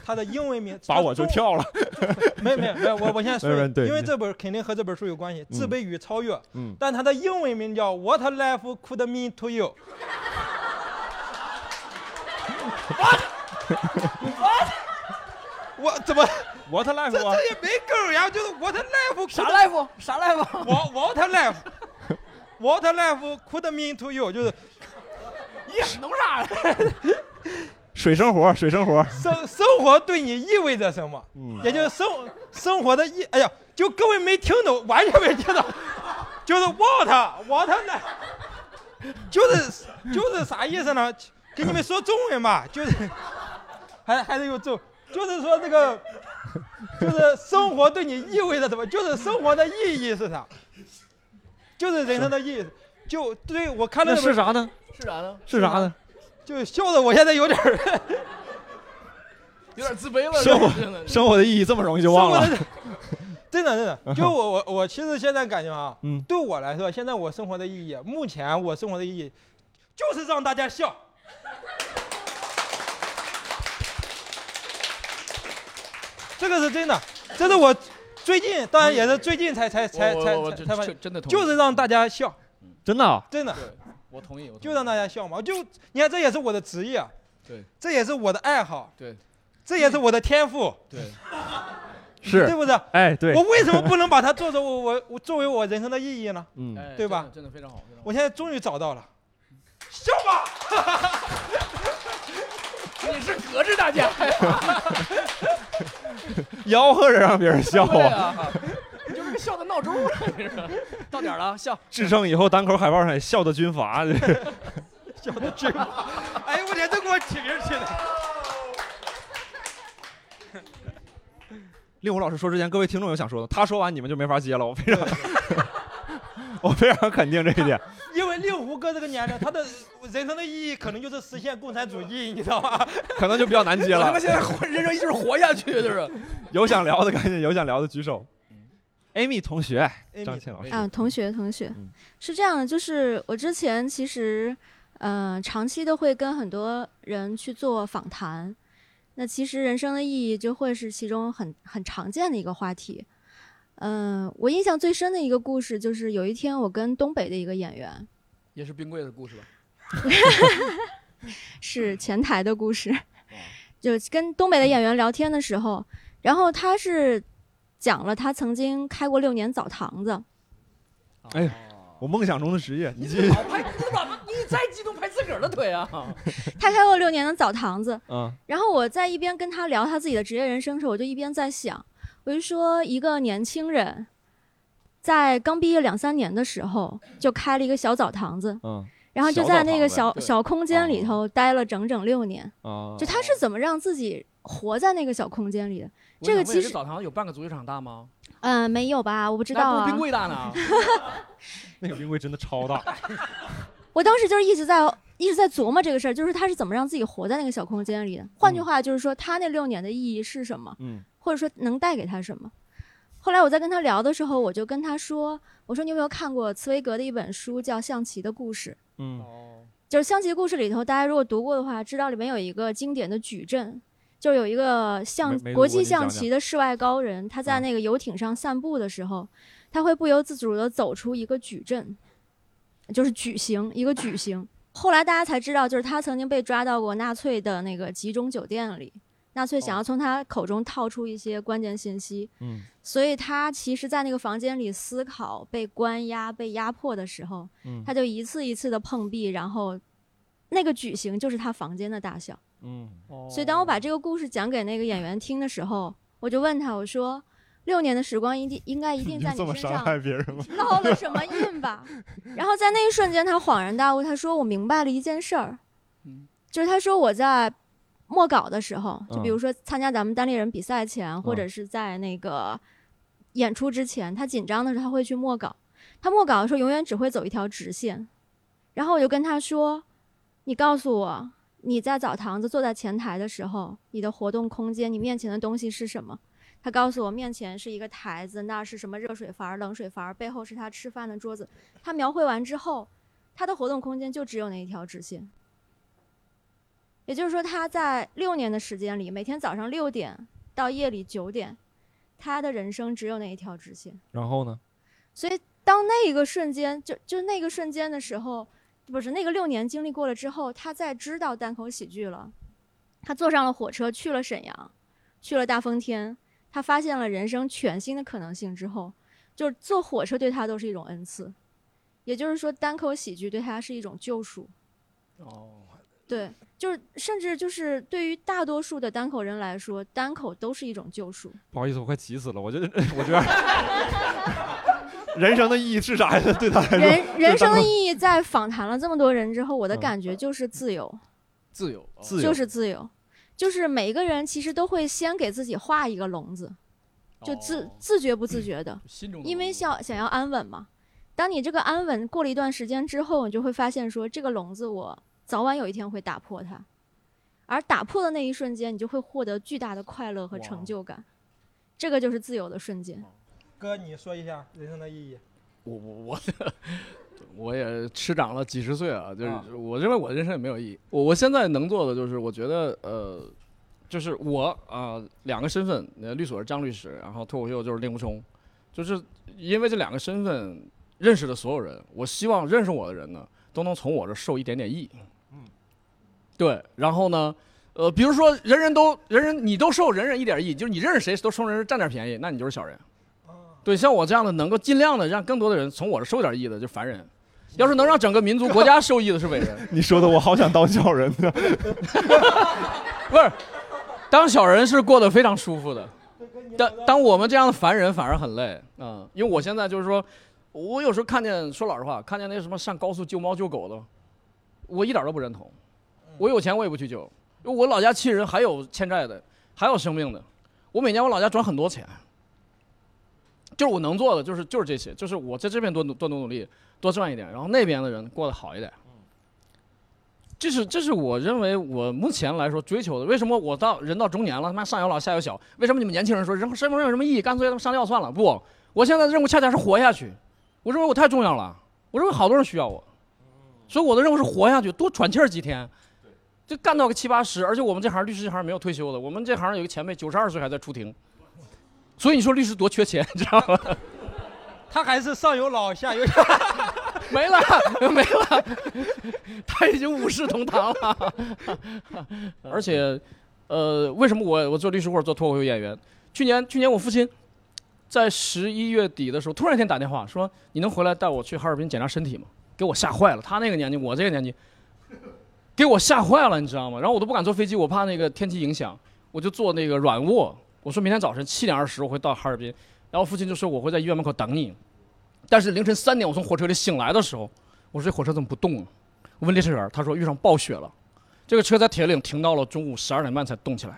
Speaker 1: 它的英 文名
Speaker 2: 把我就。跳了，
Speaker 1: 它中没有没有没有，我我现 在说
Speaker 2: 没有没有对，
Speaker 1: 因为
Speaker 2: 你
Speaker 1: 这本肯定和这本书有关系，《自
Speaker 2: 嗯
Speaker 1: 卑与超越》。
Speaker 2: 嗯，
Speaker 1: 但它的英文名叫《What Life Could Mean to You》。我我怎么
Speaker 2: What life？
Speaker 1: 这
Speaker 2: 啊
Speaker 1: 这也没梗呀？就是 What Life
Speaker 4: 啥 life 啥 life，
Speaker 1: 我 What Life What Life Could Mean to You 就是
Speaker 4: 你弄啥呀？
Speaker 3: 水生活，水生活，
Speaker 1: 生生活对你意味着什么？
Speaker 2: 嗯
Speaker 1: 也就是生生活的意，哎呀，就各位没听懂，完全没听懂， 就是 what what 呢？就是就是啥意思呢？给你们说中文吧，就是还还得有中，就是说这个，就是生活对你意味着什么？就是生活的意义是啥？就是人生的意义。就对我看了
Speaker 2: 那
Speaker 1: 这本
Speaker 2: 是啥呢？
Speaker 4: 是啥呢？
Speaker 2: 是啥呢？
Speaker 1: 就笑的我现在有点儿。
Speaker 4: 有点自卑了，
Speaker 2: 生活
Speaker 4: 真的
Speaker 2: 生活的意义这么容易就忘了？
Speaker 1: 生活的。 真的真
Speaker 4: 嗯
Speaker 1: 的，就我我我其实现在感觉啊，
Speaker 2: 嗯
Speaker 1: 对我来说，现在我生活的意义，目前我生活的意义，就是让大家笑。这个是真的，这是我最近，当然也是最近才才才
Speaker 4: 我
Speaker 1: 才
Speaker 4: 我我
Speaker 1: 才才发
Speaker 4: 真
Speaker 1: 现，
Speaker 4: 真的同意，
Speaker 1: 就是让大家笑，
Speaker 2: 真的啊？
Speaker 1: 真的
Speaker 4: 对，我同意，我同意
Speaker 1: 就让大家笑嘛。就你看，这也是我的职业，
Speaker 4: 对，
Speaker 1: 这也是我的爱好，
Speaker 4: 对
Speaker 1: 这也是我的天赋，
Speaker 4: 对，
Speaker 1: 对
Speaker 2: 是，
Speaker 1: 不对？
Speaker 2: 哎，对
Speaker 1: 我，为什么不能把它做作我我我作为我人生的意义呢？
Speaker 2: 嗯，
Speaker 4: 哎
Speaker 1: 对吧
Speaker 4: 真的真的非常好，非常好
Speaker 1: 我现在终于找到 了，笑吧！
Speaker 4: 你是隔着大家呀，
Speaker 2: 吆喝着让别人 笑
Speaker 4: 对
Speaker 2: 啊。
Speaker 4: 啊，就是个笑的闹钟啊，你是到点儿了，笑，
Speaker 2: 智胜以后单口海报上也笑的军阀，
Speaker 1: 笑的真好，哎呦我天，这给我起名起的，
Speaker 2: 令狐老师说之前，各位听众有想说的，他说完你们就没法接了。我 非常，我非常肯定这一 点。
Speaker 1: 因为令狐哥这个年龄，他的人生的意义可能就是实现共产主义，你知道吗？
Speaker 2: 可能就比较难接
Speaker 4: 我他
Speaker 2: 了
Speaker 4: 妈。现在活人生一直活下去，就是
Speaker 2: 有想聊的赶紧，有想聊的举手。Amy 同学，张倩老师，
Speaker 6: 啊，同学同学
Speaker 2: 嗯，
Speaker 6: 是这样的，就是我之前其实，嗯、长期的会跟很多人去做访谈，那其实人生的意义就会是其中很很常见的一个话题。嗯、我印象最深的一个故事就是有一天我跟东北的一个演员，
Speaker 4: 也是冰柜的故事吧？
Speaker 6: 是前台的故
Speaker 2: 哦
Speaker 6: 事， 就跟东北的演员聊天的时候，然后他是讲了他曾经开过六年澡堂子，
Speaker 2: 哎呀
Speaker 4: 哦
Speaker 2: 我梦想中的职业，你
Speaker 4: 你
Speaker 2: 这，
Speaker 4: 老拍，你老你再激 动拍自个儿的腿啊！
Speaker 6: 他开过六年的澡堂子，
Speaker 2: 嗯
Speaker 6: 然后我在一边跟他聊他自己的职业人生的时候，我就一边在想，我就说一个年轻人，在刚毕业两三年的时候，就开了一个小澡堂子，
Speaker 2: 嗯
Speaker 6: 然后就
Speaker 2: 小
Speaker 6: 在
Speaker 2: 澡
Speaker 6: 那个
Speaker 2: 堂子
Speaker 6: 小
Speaker 4: 对哦
Speaker 6: 小空间里头待了整整六年。
Speaker 2: 啊，
Speaker 6: 就他是怎么让自己活在那个小空间里的？
Speaker 4: 我
Speaker 6: 这个
Speaker 4: 想
Speaker 6: 其
Speaker 4: 问这
Speaker 6: 实
Speaker 4: 澡堂有半个足球场大吗？
Speaker 6: 嗯，没有吧？我不知
Speaker 4: 那
Speaker 6: 道
Speaker 4: 不如
Speaker 6: 啊
Speaker 4: 冰。柜大呢。
Speaker 3: 那个冰柜真的超 大，
Speaker 6: 我当时就是一直在一直在琢磨这个事儿，就是他是怎么让自己活在那个小空间里的。换句
Speaker 4: 嗯
Speaker 6: 话就是说，他那六年的意义是什么？
Speaker 2: 嗯
Speaker 6: 或者说能带给他什么？后来我在跟他聊的时候，我就跟他说：“我说你有没有看过茨威格的一本书叫《象棋的故事》？
Speaker 2: 嗯
Speaker 4: 哦，
Speaker 6: 就是《象棋的故事》里头，大家如果读过的话，知道里面有一个经典的矩阵，就是有一个象
Speaker 2: 没没读过
Speaker 6: 国际
Speaker 2: 你讲
Speaker 6: 象
Speaker 2: 讲
Speaker 6: 棋的世外高人，他
Speaker 2: 啊
Speaker 6: 在那个游艇上散步的时候，他会不由自主地走出一个矩阵，就是矩形，一个矩形。后来大家才知道，就是他曾经被抓到过纳粹的那个集中酒店里，纳粹
Speaker 3: 哦
Speaker 6: 想要从他口中套出一些关键信息，
Speaker 2: 嗯
Speaker 6: 所以他其实，在那个房间里思考被关押、被压迫的时候，
Speaker 2: 嗯
Speaker 6: 他就一次一次的碰壁，然后那个矩形就是他房间的大小。
Speaker 2: 嗯
Speaker 3: 哦
Speaker 4: 哦
Speaker 6: 所以当我把这个故事讲给那个演员听的时候，我就问他，我说：“六年的时光一定应该一定
Speaker 3: 你
Speaker 6: 在
Speaker 3: 就这
Speaker 6: 你
Speaker 3: 么
Speaker 6: 身
Speaker 3: 伤
Speaker 6: 上
Speaker 3: 害别 人吗？
Speaker 6: 烙了什么印 吧？”然后在那一瞬间，他恍然大悟，他说：“我明白了一件事儿
Speaker 4: 嗯，
Speaker 6: 就是他说我在。”默稿的时候，就比
Speaker 2: 嗯
Speaker 6: 如说参加咱们单立人比赛前，或者是在那个演出之前，他紧张的时候他会去默稿。他默稿的时候永远只会走一条直线。然后我就跟他说：“你告诉我，你在澡堂子坐在前台的时候，你的活动空间，你面前的东西是什么？”他告诉我，面前是一个台子，那是什么热水阀、冷水阀，背后是他吃饭的桌子。他描绘完之后，他的活动空间就只有那一条直线。也就是说，他在六年的时间里，每天早上六点到夜里九点，他的人生只有那一条直线。
Speaker 2: 然后呢？
Speaker 6: 所以当那一个瞬间，就就那个瞬间的时候，不是那个六年经历过了之后，他再知道单口喜剧了，他坐上了火车去了沈阳，去了大风天，他发现了人生全新的可能性之后，就是坐火车对他都是一种恩赐，也就是说单口喜剧对他是一种救赎。
Speaker 4: 哦，
Speaker 6: 对，就是甚至就是对于大多数的单口人来说，单口都是一种救赎。
Speaker 2: 不好意思，我快急死了， 我觉得我觉得
Speaker 3: 人生的意义是啥呀？对他来说，
Speaker 6: 人人生的意义，在访谈了这么多人之后，我
Speaker 3: 嗯
Speaker 6: 的感觉就是自由。
Speaker 4: 自由，哦
Speaker 2: 自由
Speaker 6: 就是自由，就是每一个人其实都会先给自己画一个笼子，就自、
Speaker 4: 哦
Speaker 6: 自觉不自觉的，
Speaker 4: 心中的
Speaker 6: 因为
Speaker 4: 梦
Speaker 6: 想想要安稳嘛。当你这个安稳过了一段时间之后，你就会发现说，这个笼子我早晚有一天会打破它，而打破的那一瞬间，你就会获得巨大的快乐和成就感。这个就是自由的瞬
Speaker 4: 哦
Speaker 6: 间。
Speaker 1: 哥，你说一下人生的意义。
Speaker 4: 我我我 我也吃长了几十岁啊，就是
Speaker 2: 啊
Speaker 4: 我认为我的人生也没有意义。我我现在能做的就是，我觉得呃，就是我啊、两个身份，呃，律所是张律师，然后脱口秀就是令狐冲，就是因为这两个身份认识的所有人，我希望认识我的人呢，都能从我这受一点点益。
Speaker 3: 嗯，
Speaker 4: 对，然后呢？呃，比如说，人人都人人你都受人人一点益，就是你认识谁都受人人占点便宜，那你就是小人。对，像我这样的，能够尽量的让更多的人从我这受点益的，就凡人。要是能让整个民族国家受益的是伟人，
Speaker 3: 你说的我好想当小人呢。
Speaker 4: 不是当小人是过得非常舒服的。当当我们这样的凡人反而很累，嗯，因为我现在就是说，我有时候看见，说老实话，看见那什么上高速救猫救狗的，我一点都不认同。我有钱我也不去救，因为我老家亲人还有欠债的，还有生病的，我每年我老家转很多钱。就是我能做的，就是就是这些，就是我在这边多努多努努力，多赚一点，然后那边的人过得好一点。这是这是我认为我目前来说追求的。为什么我到人到中年了，他妈上有老下有小？为什么你们年轻人说人生活有什么意义？干脆他妈上吊算了？不，我现在的任务恰恰是活下去。我认为我太重要了，我认为好多人需要我，所以我的任务是活下去，多喘气儿几天。就干到个七八十，而且我们这行律师这行没有退休的，我们这行有一个前辈九十二岁还在出庭，所以你说律师多缺钱，知道吗？
Speaker 1: 他还是上有老下有小，
Speaker 4: 没了，没了， 他已经五世同堂 了。而且，呃，为什么我我做律师或者做脱口秀演员？去年去年我父亲在十一月底的时候，突然间打电话说：“你能回来带我去哈尔滨检查身体吗？”给我吓坏了。他那个年纪，我这个年纪，给我吓坏了，你知道吗？然后我都不敢坐飞机，我怕那个天气影响，我就坐那个软卧。我说明天早晨七点二十我会到哈尔滨，然后父亲就说我会在医院门口等你。但是凌晨三点我从火车里醒来的时候，我说这火车怎么不动啊？我问列车员，他说遇上暴雪了，这个车在铁岭停到了中午十二点半才动起来。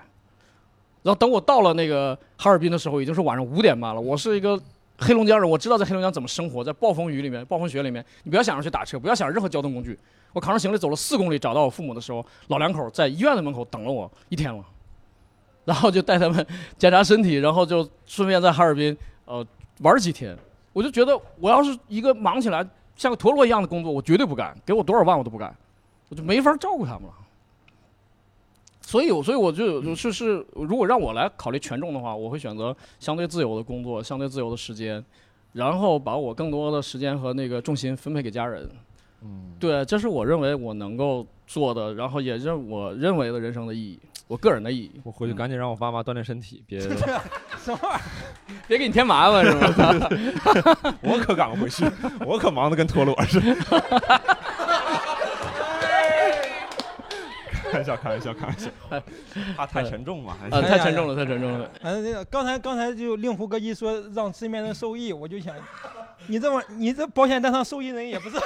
Speaker 4: 然后等我到了那个哈尔滨的时候，已经是晚上五点半了。我是一个黑龙江人，我知道在黑龙江怎么生活，在暴风雨里面、暴风雪里面，你不要想着去打车，不要想着任何交通工具。我扛着行李走了四公里，找到我父母的时候，老两口在医院的门口等了我一天了，然后就带他们 检查身体，然后就顺便在哈尔滨呃玩儿几天。我就觉得我要是一个忙起来像个陀螺一样的工作，我绝对不干，给我多少万我都不干，我就没法照顾他们了。所以我，所以我就
Speaker 3: 嗯
Speaker 4: 就是是，如果让我来考虑权重的话，我会选择相对自由的工作，相对自由的时间，然后把我更多的时间和那个重心分配给家人。
Speaker 2: 嗯，
Speaker 4: 对，这是我认为我能够做的，然后也认我认为的人生的意义，我个人的 意义。
Speaker 2: 我回去赶紧让我爸妈锻炼身体，别
Speaker 1: 什么玩意
Speaker 4: 别给你添麻烦是吧？
Speaker 3: 我可赶不回去，我可忙得跟陀螺似的。开玩笑，开玩笑，开玩笑，
Speaker 2: 怕太沉重嘛。还
Speaker 4: 啊，
Speaker 2: 是
Speaker 3: 哎
Speaker 4: 太沉重了，太沉重了。
Speaker 1: 儿？反正这个哎刚才刚才就令狐哥一说让身边人受益，我就想，你这么你这保险单上受益人也不是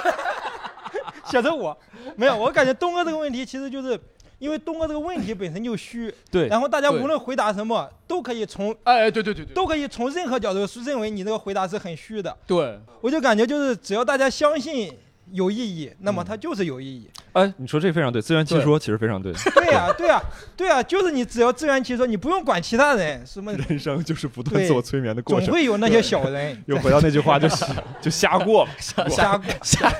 Speaker 1: 写着我，没有，我感觉东哥这个问题其实就是因为东哥这个问题本身就虚，
Speaker 2: 对
Speaker 1: 然后大家
Speaker 4: 对
Speaker 1: 无论回答什么都可以从
Speaker 4: 哎，哎对对对对
Speaker 1: 都可以从任何角度认为你这个回答是很虚的，
Speaker 4: 对，
Speaker 3: 嗯
Speaker 1: 我就感觉就是只要大家相信有意
Speaker 3: 嗯
Speaker 1: 义，那么它就是有意 义。
Speaker 2: 哎，你说这个非常对，自圆其说其实非常对。
Speaker 1: 对呀、对呀、对呀、就是你只要自圆其说，你不用管其他人，什么
Speaker 3: 人生就是不断
Speaker 1: 对
Speaker 3: 自我催眠的过
Speaker 1: 总
Speaker 3: 程。
Speaker 1: 会有那些小人
Speaker 3: 又回到那句 话，就瞎就瞎过嘛，
Speaker 1: 瞎过
Speaker 4: 下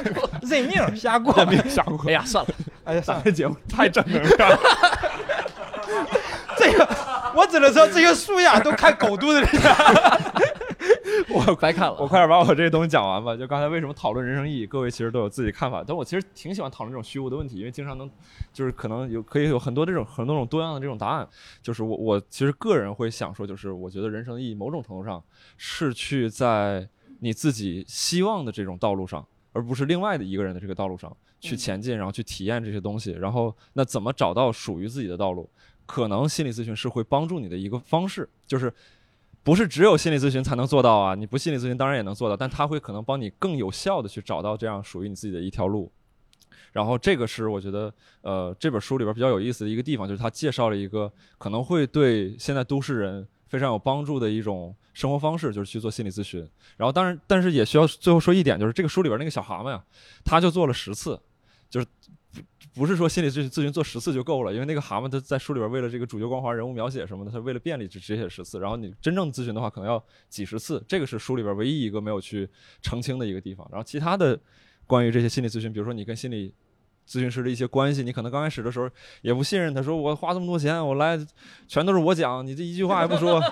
Speaker 1: 认命瞎过。
Speaker 3: 没有瞎过
Speaker 4: 哎。呀，算了，
Speaker 1: 哎呀，算
Speaker 3: 咱
Speaker 1: 了，
Speaker 3: 这节目太正能量了，
Speaker 1: 这个我只能说这些书呀都看狗肚子里了。
Speaker 4: 白看了。
Speaker 2: 我快点把我这个东西讲完吧。就刚才为什么讨论人生意义，各位其实都有自己看法，但我其实挺喜欢讨论这种虚无的问题，因为经常能，就是可能有可以有很多这种很多种多样的这种答案。就是我我其实个人会想说，就是我觉得人生的意义某种程度上是去在你自己希望的这种道路上，而不是另外的一个人的这个道路上去前进，然后去体验这些东西。然后那怎么找到属于自己的道路？可能心理咨询是会帮助你的一个方式，就是不是只有心理咨询才能做到啊？你不心理咨询当然也能做到，但它会可能帮你更有效的去找到这样属于你自己的一条路。然后这个是我觉得，呃，这本书里边比较有意思的一个地方，就是它介绍了一个可能会对现在都市人非常有帮助的一种生活方式，就是去做心理咨询。然后当然，但是也需要最后说一点，就是这个书里边那个小蛤蟆呀，他就做了十次，就是不不是说心理咨询咨询做十次就够了，因为那个蛤蟆他在书里边为了这个主角光环人物描写什么的，他为了便利只只写十次，然后你真正咨询的话可能要几十次，这个是书里边唯一一个没有去澄清的一个地方。然后其他的关于这些心理咨询，比如说你跟心理。咨询师的一些关系，你可能刚开始的时候也不信任他，说我花这么多钱，我来全都是我讲，你这一句话也不说，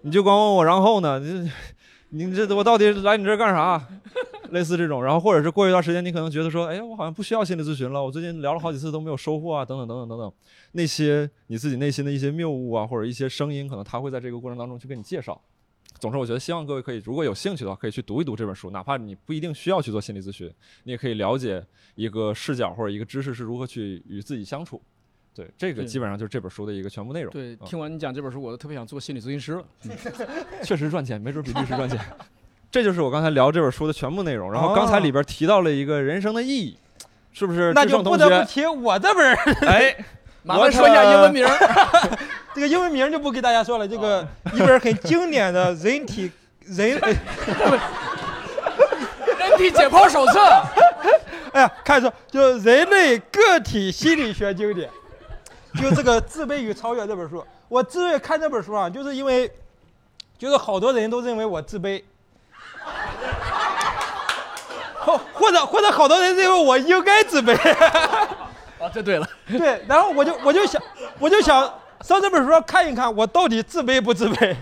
Speaker 2: 你就光问我，然后呢，你你这我到底来你这儿干啥？ 类似这种，然后或者是过一段时间，你可能觉得说，哎呀，我好像不需要心理咨询了，我最近聊了好几次都没有收获啊，等等等等等等，那些你自己内心的一些谬误啊，或者一些声音，可能他会在这个过程当中去跟你介绍。总之，我觉得希望各位可以，如果有兴趣的话，可以去读一读这本书，哪怕你不一定需要去做心理咨询，你也可以了解一个视角或者一个知识是如何去与自己相处。对，这个
Speaker 4: 对
Speaker 2: 基本上就是这本书的一个全部内容。
Speaker 4: 对，
Speaker 2: 嗯
Speaker 4: 听完你讲这本书，我都特别想做心理咨询师 了。
Speaker 2: 确实赚钱，没准比律师赚钱。这就是我刚才聊这本书的全部内容。然后
Speaker 1: 哦
Speaker 2: 刚才里边提到了一个人生的意义，是不是？
Speaker 1: 那
Speaker 2: 志
Speaker 1: 就
Speaker 2: 胜
Speaker 1: 不
Speaker 2: 同
Speaker 1: 得不
Speaker 2: 学，
Speaker 1: 提我这本儿
Speaker 2: 哎，
Speaker 4: 麻烦说一下英文名儿。
Speaker 1: 这个英文名就不给大家说了，这个一本很经典的人 体人，
Speaker 4: 人体解剖手册，
Speaker 1: 哎呀，看错，就人类个体心理学经典，就这个《自卑与超越》这本书。我之所以看这本书啊，就是因为，就是好多人都认为我自卑， 或或者或者好多人认为我应该自卑。
Speaker 4: 啊，这对了，
Speaker 1: 对，然后我就我就想，我就想上这本书上看一看，我到底自卑不自卑？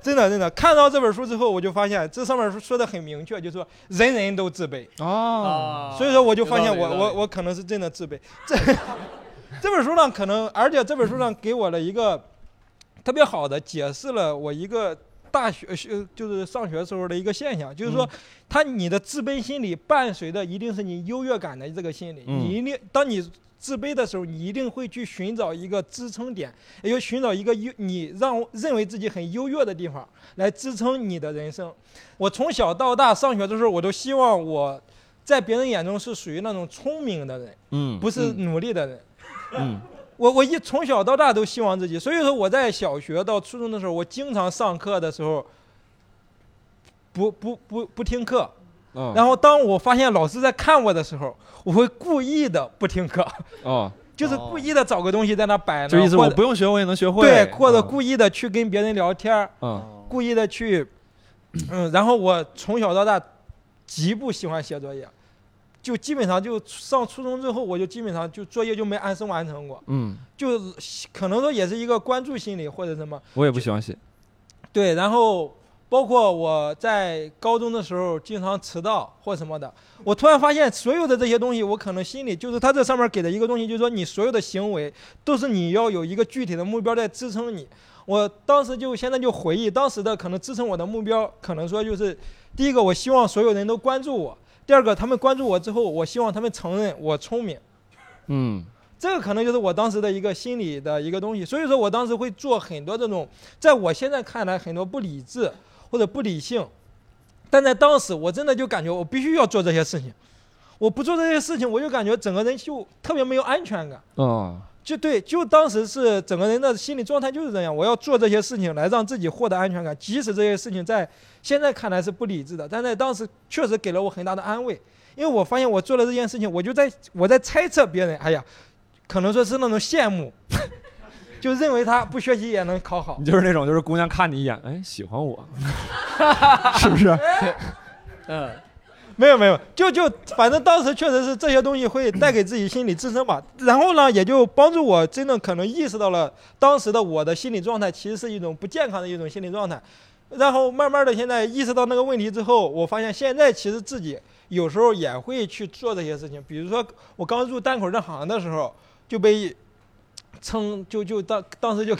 Speaker 1: 真的真的，看到这本书之后，我就发现这上面说的很明确，就说人人都自卑。
Speaker 2: 哦，
Speaker 1: 所以说我就
Speaker 4: 有
Speaker 1: 发现
Speaker 4: 道理
Speaker 1: 我
Speaker 4: 有道
Speaker 1: 我
Speaker 4: 理
Speaker 1: 我可能是真的自卑。 这 这本书上可能，而且这本书上给我了一个特别好的解释了我一个大学呃就是上学时候的一个现象，就是
Speaker 2: 嗯
Speaker 1: 说，他你的自卑心理伴随着一定是你优越感的这个心理，
Speaker 2: 嗯
Speaker 1: 你一定当你自卑的时候，你一定会去寻找一个支撑点，也就寻找一个优你让认为自己很优越的地方来支撑你的人生。我从小到大上学的时候，我都希望我在别人眼中是属于那种聪明的人，
Speaker 2: 嗯
Speaker 1: 不是努力的人。
Speaker 2: 嗯
Speaker 4: 啊
Speaker 1: 我我一从小到大都希望自己，所以说我在小学到初中的时候，我经常上课的时候不不不不听课，
Speaker 2: 嗯，
Speaker 1: 然后当我发现老师在看我的时候，我会故意的不听课，
Speaker 2: 哦，
Speaker 1: 就是故意的找个东西在那摆着，
Speaker 2: 就意思
Speaker 1: 或
Speaker 2: 我
Speaker 1: 者
Speaker 2: 不用学我也能学会，
Speaker 1: 对，或者
Speaker 2: 嗯
Speaker 1: 故意的去跟别人聊天儿，
Speaker 2: 嗯
Speaker 1: 故意的去，嗯，然后我从小到大极不喜欢写作业，就基本上就上初中之后，我就基本上就作业就没按时完成过，
Speaker 2: 嗯，
Speaker 1: 就可能说也是一个关注心理或者什么，
Speaker 2: 我也不喜欢写，
Speaker 1: 对，然后包括我在高中的时候经常迟到或什么的，我突然发现所有的这些东西，我可能心里就是他这上面给的一个东西，就是说你所有的行为都是你要有一个具体的目标在支撑你。我当时就现在就回忆当时的可能支撑我的目标，可能说就是第一个，我希望所有人都关注我；第二个，他们关注我之后，我希望他们承认我聪明。
Speaker 2: 嗯
Speaker 1: 这个可能就是我当时的一个心理的一个东西，所以说我当时会做很多这种，在我现在看来很多不理智或者不理性，但在当时我真的就感觉我必须要做这些事情，我不做这些事情，我就感觉整个人就特别没有安全感。
Speaker 2: 哦
Speaker 1: 就对，就当时是整个人的心理状态就是这样，我要做这些事情来让自己获得安全感，即使这些事情在现在看来是不理智的，但在当时确实给了我很大的安慰，因为我发现我做了这件事情，我就在我在猜测别人，哎呀，可能说是那种羡慕， 就认为他不学习也能考好
Speaker 2: 你，就是那种就是姑娘看你一眼，哎喜欢我，
Speaker 3: 是不是？
Speaker 4: 嗯，
Speaker 1: 没有没有，就就反正当时确实是这些东西会带给自己心理支撑吧，然后呢，也就帮助我真的可能意识到了当时的我的心理状态其实是一种不健康的一种心理状态，然后慢慢的现在意识到那个问题之后，我发现现在其实自己有时候也会去做这些事情，比如说我刚入单口这行的时候就被称就就当当时就，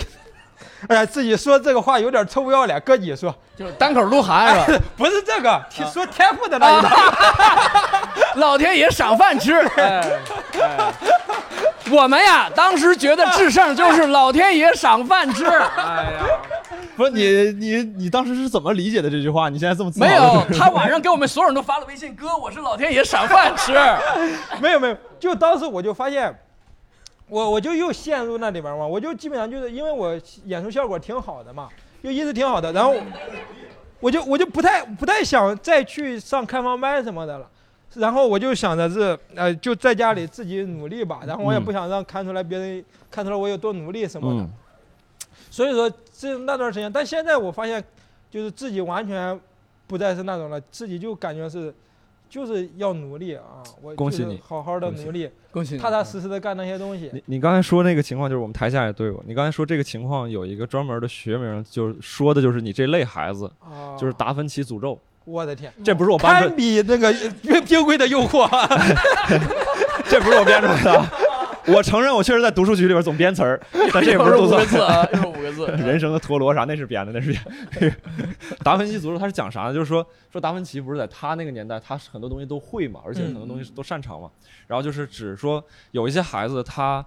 Speaker 1: 哎呀自己说这个话有点臭不要脸，哥你说
Speaker 4: 就是单口鹿晗是吧？
Speaker 1: 不是这个，提说天赋的那一套。
Speaker 4: 老天爷赏饭 吃。哎哎我们呀，当时觉得智胜就是老天爷赏饭 吃，哎呀，
Speaker 3: 不是你你你当时是怎么理解的这句话？你现在这么自豪
Speaker 4: 没
Speaker 3: 地
Speaker 4: 有，他 晚上给我们所有人都发了微信，哥，我是老天爷赏饭吃，
Speaker 1: 没有没有，就当时我就发现，我我就又陷入那里边嘛，我就基本上就是因为我演出效果挺好的嘛，就一直挺好的， 然后我就我就不太不太想再去上开放班什么的了。然后我就想着是，呃，就在家里自己努力吧。然后我也
Speaker 2: 嗯
Speaker 1: 不想让看出来别人、看出来我有多努力什么的。
Speaker 2: 嗯
Speaker 1: 所以说这那段时间，但现在我发现，就是自己完全不再是那种了，自己就感觉是，就是要努力啊，我
Speaker 2: 恭喜
Speaker 1: 就是
Speaker 2: 你
Speaker 1: 好好的
Speaker 2: 恭喜嗯
Speaker 1: 努力，
Speaker 4: 恭喜你
Speaker 1: 踏踏实实的干那些东西。
Speaker 2: 你你刚才说那个情况，就是我们台下也对过。你刚才说这个情况有一个专门的学名，就是说的就是你这类孩子，
Speaker 1: 啊，
Speaker 2: 就是，达芬奇诅咒。
Speaker 1: 我的天，
Speaker 2: 这不是我搬出
Speaker 1: 堪，比 那个 冰冰柜的诱惑。
Speaker 2: 这不是我编出来的啊。我承认我确实在读书局里边总编词儿，但这也不是
Speaker 4: 又
Speaker 2: 杜
Speaker 4: 五
Speaker 2: 撰
Speaker 4: 个字啊，又是五个字，
Speaker 2: 人生的陀螺啥，那是编的，那 是编。达芬奇诅咒它是讲啥呢？就是说，说达芬奇不是在他那个年代，他是很多东西都会嘛，而且很多
Speaker 4: 嗯
Speaker 2: 东西都擅长嘛。然后就是指说，有一些孩子他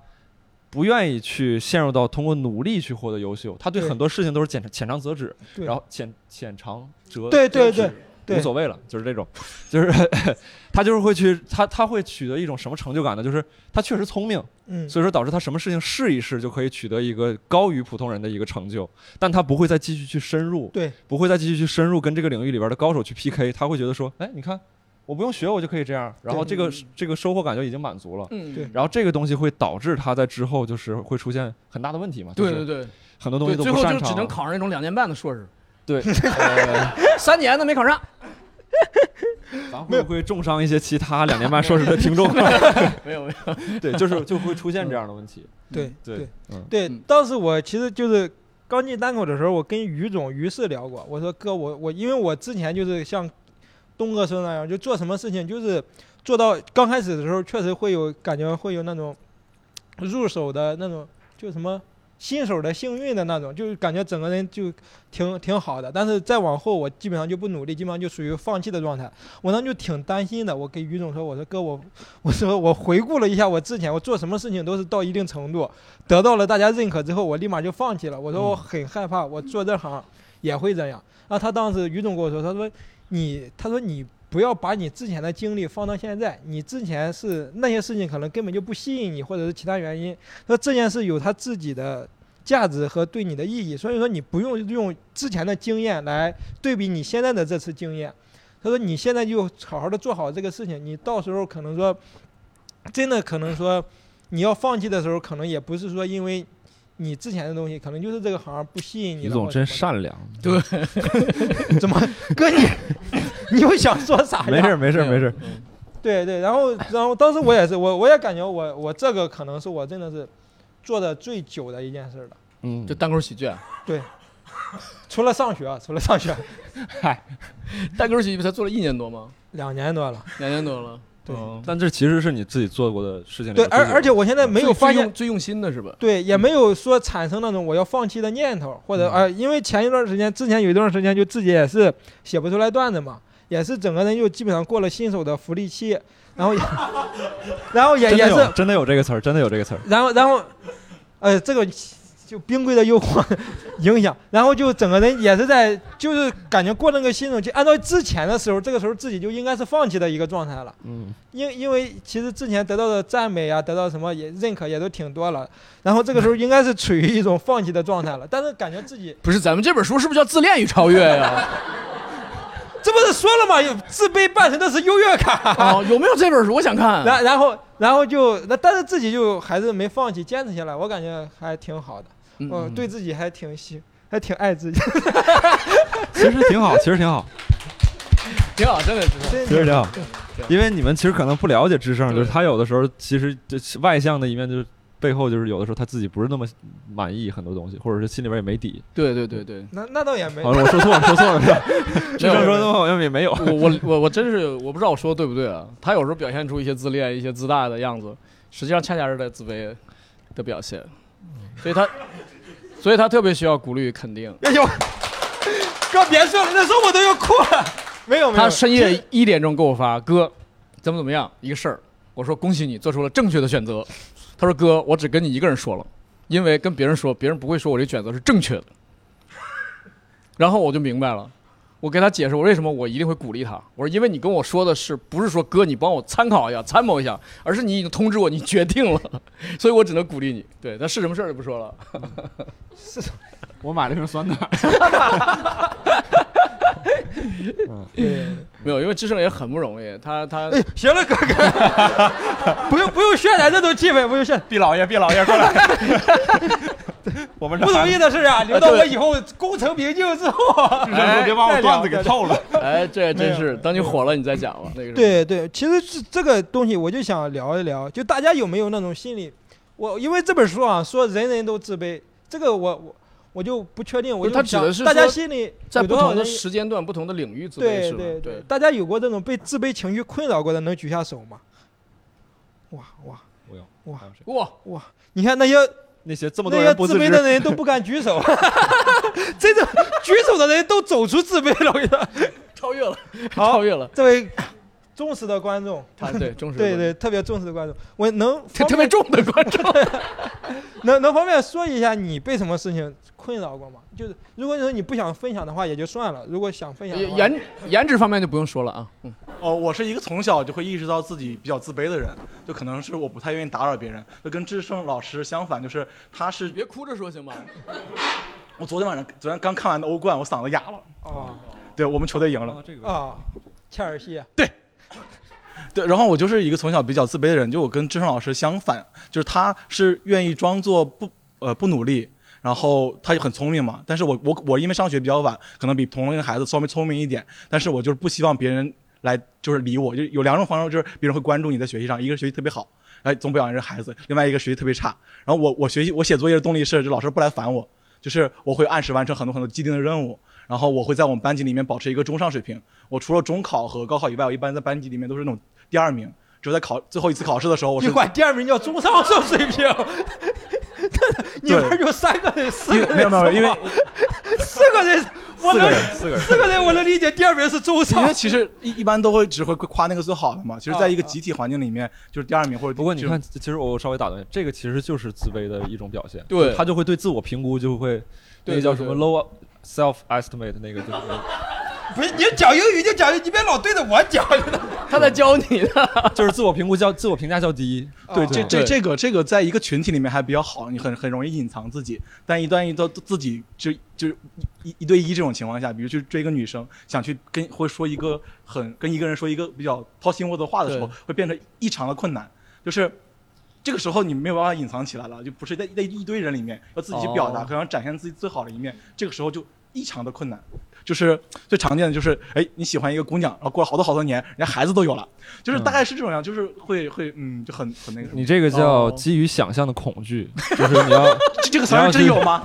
Speaker 2: 不愿意去陷入到通过努力去获得优秀，他对
Speaker 1: 对
Speaker 2: 很多事情都是浅浅尝辄止，
Speaker 1: 对
Speaker 2: 然后浅浅尝辄
Speaker 1: 对对
Speaker 2: 辄
Speaker 1: 对
Speaker 2: 止
Speaker 1: 对，
Speaker 2: 无所谓了，就是这种，就是 他就是会去他他会取得一种什么成就感呢？就是他确实聪明，
Speaker 1: 嗯，
Speaker 2: 所以说导致他什么事情试一试就可以取得一个高于普通人的一个成就，但他不会再继续 去深入，
Speaker 1: 对，
Speaker 2: 不会再继续去深入跟这个领域里边的高手去 PK，他会觉得说，哎，你看我不用学我就可以这样，然后这个这个收获感就已经满足了。
Speaker 4: 嗯，
Speaker 1: 对
Speaker 2: 然后这个东西会导致他在之后就是会出现很大的问题嘛，就
Speaker 4: 对对
Speaker 2: 是
Speaker 4: 对
Speaker 2: 很多东
Speaker 4: 对，
Speaker 2: 西都
Speaker 4: 最
Speaker 2: 不
Speaker 4: 后
Speaker 2: 擅
Speaker 4: 就
Speaker 2: 长
Speaker 4: 只能
Speaker 2: 了。
Speaker 4: 考上那种两年半的硕士，
Speaker 2: 对，呃
Speaker 4: 三年的没考上，
Speaker 2: 咱会不会重伤一些其他两年半硕士的听众？
Speaker 4: 没有没有。
Speaker 2: 对，就是就会出现这样的问题。
Speaker 1: 啊 对
Speaker 2: 对
Speaker 1: 对
Speaker 2: 嗯
Speaker 1: 对
Speaker 4: 嗯，
Speaker 1: 当时我其实就是刚进单口的时候，我跟于总、于适聊过，我说哥，我我因为我之前就是像东哥说的那样，就做什么事情就是做到刚开始的时候，确实会有感觉会有那种入手的那种就什么新手的幸运的那种，就是感觉整个人就挺挺好的。但是再往后，我基本上就不努力，基本上就属于放弃的状态。我当时就挺担心的，我给于总说，我说哥，我我说我回顾了一下我之前我做什么事情都是到一定程度，得到了大家认可之后，我立马就放弃了。我说我很害怕，我做这行也会这样。然后他当时于总跟我说，他说你，他说你。不要把你之前的经历放到现在，你之前是那些事情可能根本就不吸引你，或者是其他原因。说这件事有它自己的价值和对你的意义，所以说你不用用之前的经验来对比你现在的这次经验。他说你现在就好好的做好这个事情，你到时候可能说，真的可能说，你要放弃的时候，可能也不是说因为你之前的东西，可能就是这个行不吸引你
Speaker 2: 于
Speaker 1: 了。
Speaker 2: 总
Speaker 1: 或者
Speaker 2: 真
Speaker 1: 什么
Speaker 2: 善良，
Speaker 1: 的， 怎么哥你你又想说啥呀？
Speaker 2: 没事儿没事儿没事儿，
Speaker 4: 嗯
Speaker 1: 对对，然后然后当时我也是，我我也感觉我我这个可能是我真的是做的最久的一件事了，
Speaker 2: 嗯
Speaker 4: 就单口喜剧啊，
Speaker 1: 除了上学啊，除了上学
Speaker 4: 单口喜剧才做了一年多吗？
Speaker 1: 两年多了。
Speaker 4: 两年多了。
Speaker 1: 对
Speaker 4: 嗯
Speaker 2: 但这其实是你自己做过的事情里
Speaker 1: 对，
Speaker 2: 面最久
Speaker 1: 而
Speaker 2: 的。
Speaker 1: 而且 我现在没
Speaker 4: 最
Speaker 1: 有发
Speaker 4: 最
Speaker 1: 现
Speaker 4: 用，最用心的是吧？
Speaker 1: 对，也没有说产生那种我要放弃的念头，或者
Speaker 4: 嗯
Speaker 1: 呃，因为前一段时间，之前有一段时间就自己也是写不出来段子嘛，也是整个人就基本上过了新手的福利期，然后也 然后也
Speaker 2: 真的
Speaker 1: 也是
Speaker 2: 有真的有这个词儿，真的有这个词儿。
Speaker 1: 然后然后，呃，这个就冰柜的诱惑影响，然后就整个人也是在，就是感觉过那个新手期，按照之前的时候，这个时候自己就应该是放弃的一个状态了，
Speaker 2: 嗯，
Speaker 1: 因因为其实之前得到的赞美啊，得到什么也认可也都挺多了，然后这个时候应该是处于一种放弃的状态了，但是感觉自己
Speaker 4: 不是，咱们这本书是不是叫《自恋与超越》呀？
Speaker 1: 这不是说了吗？有自卑伴随的是优越感。
Speaker 4: 哦，有没有这本书？我想 看。
Speaker 1: 啊然然后然后就那，但是自己就还是没放弃，坚持下来，我感觉还挺好的，
Speaker 4: 嗯
Speaker 1: 我对自己还挺喜，还挺爱自己，
Speaker 2: 其实挺 好，其实挺好，
Speaker 4: 挺好，真的挺好。
Speaker 1: 真
Speaker 2: 其
Speaker 1: 的
Speaker 2: 实挺好
Speaker 4: 对。
Speaker 2: 因为你们其实可能不了解智胜，
Speaker 4: 对
Speaker 2: 就是他有的时候其实这外向的一面，就是背后就是有的时候他自己不是那么满意很多东西，或者是心里边也没底。
Speaker 4: 对对对对，
Speaker 1: 那那倒也没
Speaker 2: 好，了，我说错了，说错了。 智胜
Speaker 4: 没有
Speaker 2: 说的话好像也没有。
Speaker 4: 我我我我真是我不知道我说的对不对啊。他有时候表现出一些自恋、一些自大的样子，实际上恰恰是在自卑的表现。所以他，所以他特别需要鼓励与肯定。
Speaker 1: 哎呦，哥别说了，那时候我都要哭了。没有没有，
Speaker 4: 他深夜一点钟给我发哥，怎么怎么样一个事儿，我说恭喜你做出了正确的选择。他说哥，我只跟你一个人说了，因为跟别人说，别人不会说我这选择是正确的。然后我就明白了，我给他解释我为什么我一定会鼓励他，我说因为你跟我说的是不是说哥你帮我参考一下参谋一下，而是你已经通知我你决定了， 所以我只能鼓励你。对，但是什么事儿就不说了。
Speaker 7: 我买了一瓶酸奶，
Speaker 2: 嗯
Speaker 4: 没有，因为智胜也很不容易，他他
Speaker 1: 哎行了哥哥， 不用不用渲染这种气氛，不用渲染。
Speaker 3: 毕老爷，毕老爷过来， 我们
Speaker 1: 不容易的事啊，哎留到我以后功成名就之后。
Speaker 7: 至少别把我段子给透 了。
Speaker 4: 哎，这也真是，等你火了你再讲吧。那个时候
Speaker 1: 对对，其实这这个东西我就想聊一聊，就大家有没有那种心理？我因为这本书啊说人人都自卑，这个我我我就不确定，我
Speaker 4: 不是
Speaker 1: 就
Speaker 4: 他指
Speaker 1: 想
Speaker 4: 的是
Speaker 1: 大家
Speaker 4: 说
Speaker 1: 心里
Speaker 4: 在
Speaker 1: 有
Speaker 4: 不
Speaker 1: 多少
Speaker 4: 同的
Speaker 1: 人
Speaker 4: 时间段、不同的领域自卑
Speaker 1: 对
Speaker 4: 是吧？
Speaker 1: 对
Speaker 4: 对，
Speaker 1: 大家有过这种被自卑情绪困扰过的，能举下手吗？哇哇，
Speaker 2: 我有
Speaker 1: 哇
Speaker 2: 还有谁
Speaker 4: 哇，
Speaker 1: 你看那些
Speaker 2: 那些这么多
Speaker 1: 那些
Speaker 2: 人不
Speaker 1: 自
Speaker 2: 自
Speaker 1: 卑
Speaker 2: 知，
Speaker 1: 的人都不敢举手， 真的举手的人都走出自卑了。我跟你说，
Speaker 4: 超越了，
Speaker 1: 好
Speaker 4: 超越了，
Speaker 1: 这位忠实的观众，
Speaker 4: 他啊 对忠实
Speaker 1: 对
Speaker 4: 观
Speaker 1: 对，特别忠实的观众，我能
Speaker 4: 众，特
Speaker 1: 方
Speaker 4: 特别
Speaker 1: 便
Speaker 4: 重的观众，
Speaker 1: 能能方便说一下你被什么事情困扰过吗？就是如果你说你不想分享的话也就算了，如果想分享的话，
Speaker 4: 颜颜值方面就不用说了啊。嗯，
Speaker 8: 哦，我是一个从小就会意识到自己比较自卑的人，就可能是我不太愿意打扰别人，就跟智胜老师相反，就是他是
Speaker 4: 别哭着说行吗？
Speaker 8: 我昨天晚上昨天刚看完的欧冠，我嗓子哑了，
Speaker 4: 哦
Speaker 1: 啊
Speaker 8: 对我们球队赢了，
Speaker 1: 啊，切尔西啊
Speaker 8: 对，然后我就是一个从小比较自卑的人，就我跟智胜老师相反，就是他是愿意装作不呃不努力，然后他就很聪明嘛，但是我我我因为上学比较晚，可能比同龄的孩子稍微聪明一点，但是我就是不希望别人来就是理我，就有两种方式，就是别人会关注你在学习上，一个是学习特别好，哎总表扬这个孩子，另外一个学习特别差，然后我我学习我写作业的动力是就老师不来烦我，就是我会按时完成很多很多既定的任务。然后我会在我们班级里面保持一个中上水平。我除了中考和高考以外，我一般在班级里面都是那种第二名，只有在考最后一次考试的时候，我
Speaker 1: 你
Speaker 8: 是
Speaker 1: 管第二名叫中上手水平，你
Speaker 8: 对
Speaker 1: 玩就是三个人，四
Speaker 8: 因
Speaker 1: 个
Speaker 8: 为
Speaker 1: 人
Speaker 8: 没有没有，因为
Speaker 1: 四个人，
Speaker 8: 四
Speaker 1: 我
Speaker 8: 个
Speaker 1: 能
Speaker 8: 人四个人
Speaker 1: 四个人我能理解。第二名是周
Speaker 8: 因为
Speaker 1: 超，
Speaker 8: 其实一一般都会只会夸那个最好的嘛。其实，在一个集体环境里面，就是第二名或者
Speaker 2: 不过你
Speaker 8: 就
Speaker 2: 看，其实我稍微打断一下，这个其实就是自卑的一种表现。
Speaker 4: 对
Speaker 2: 就他就会对自我评估就会，那
Speaker 4: 对
Speaker 2: 个叫
Speaker 4: 对
Speaker 2: 什
Speaker 4: 对
Speaker 2: 么 low self estimate 那 个就是
Speaker 1: 不是你讲英语就讲英语，你别老对着我讲。
Speaker 4: 他在教你的。
Speaker 2: 就是自我评估较自我评价较低。
Speaker 8: 对，这这
Speaker 4: 对
Speaker 8: 这个这个在一个群体里面还比较好，你很很容易隐藏自己。但一旦一到自己就就一一对一这种情况下，比如去追一个女生，想去跟会说一个很跟一个人说一个比较掏心窝子的话的时候
Speaker 4: 对，
Speaker 8: 会变成异常的困难，就是。这个时候你没有办法隐藏起来了，就不是在在一堆人里面要自己去表达，
Speaker 4: 哦
Speaker 8: 可能展现自己最好的一面，这个时候就异常的困难。就是最常见的就是，哎，你喜欢一个姑娘，然后过了好多好多年，人家孩子都有了，就是大概是这种样，就是会会嗯，就很很那个什么。
Speaker 2: 你这个叫基于想象的恐 惧，就是你要
Speaker 8: 这这个词儿真有 吗？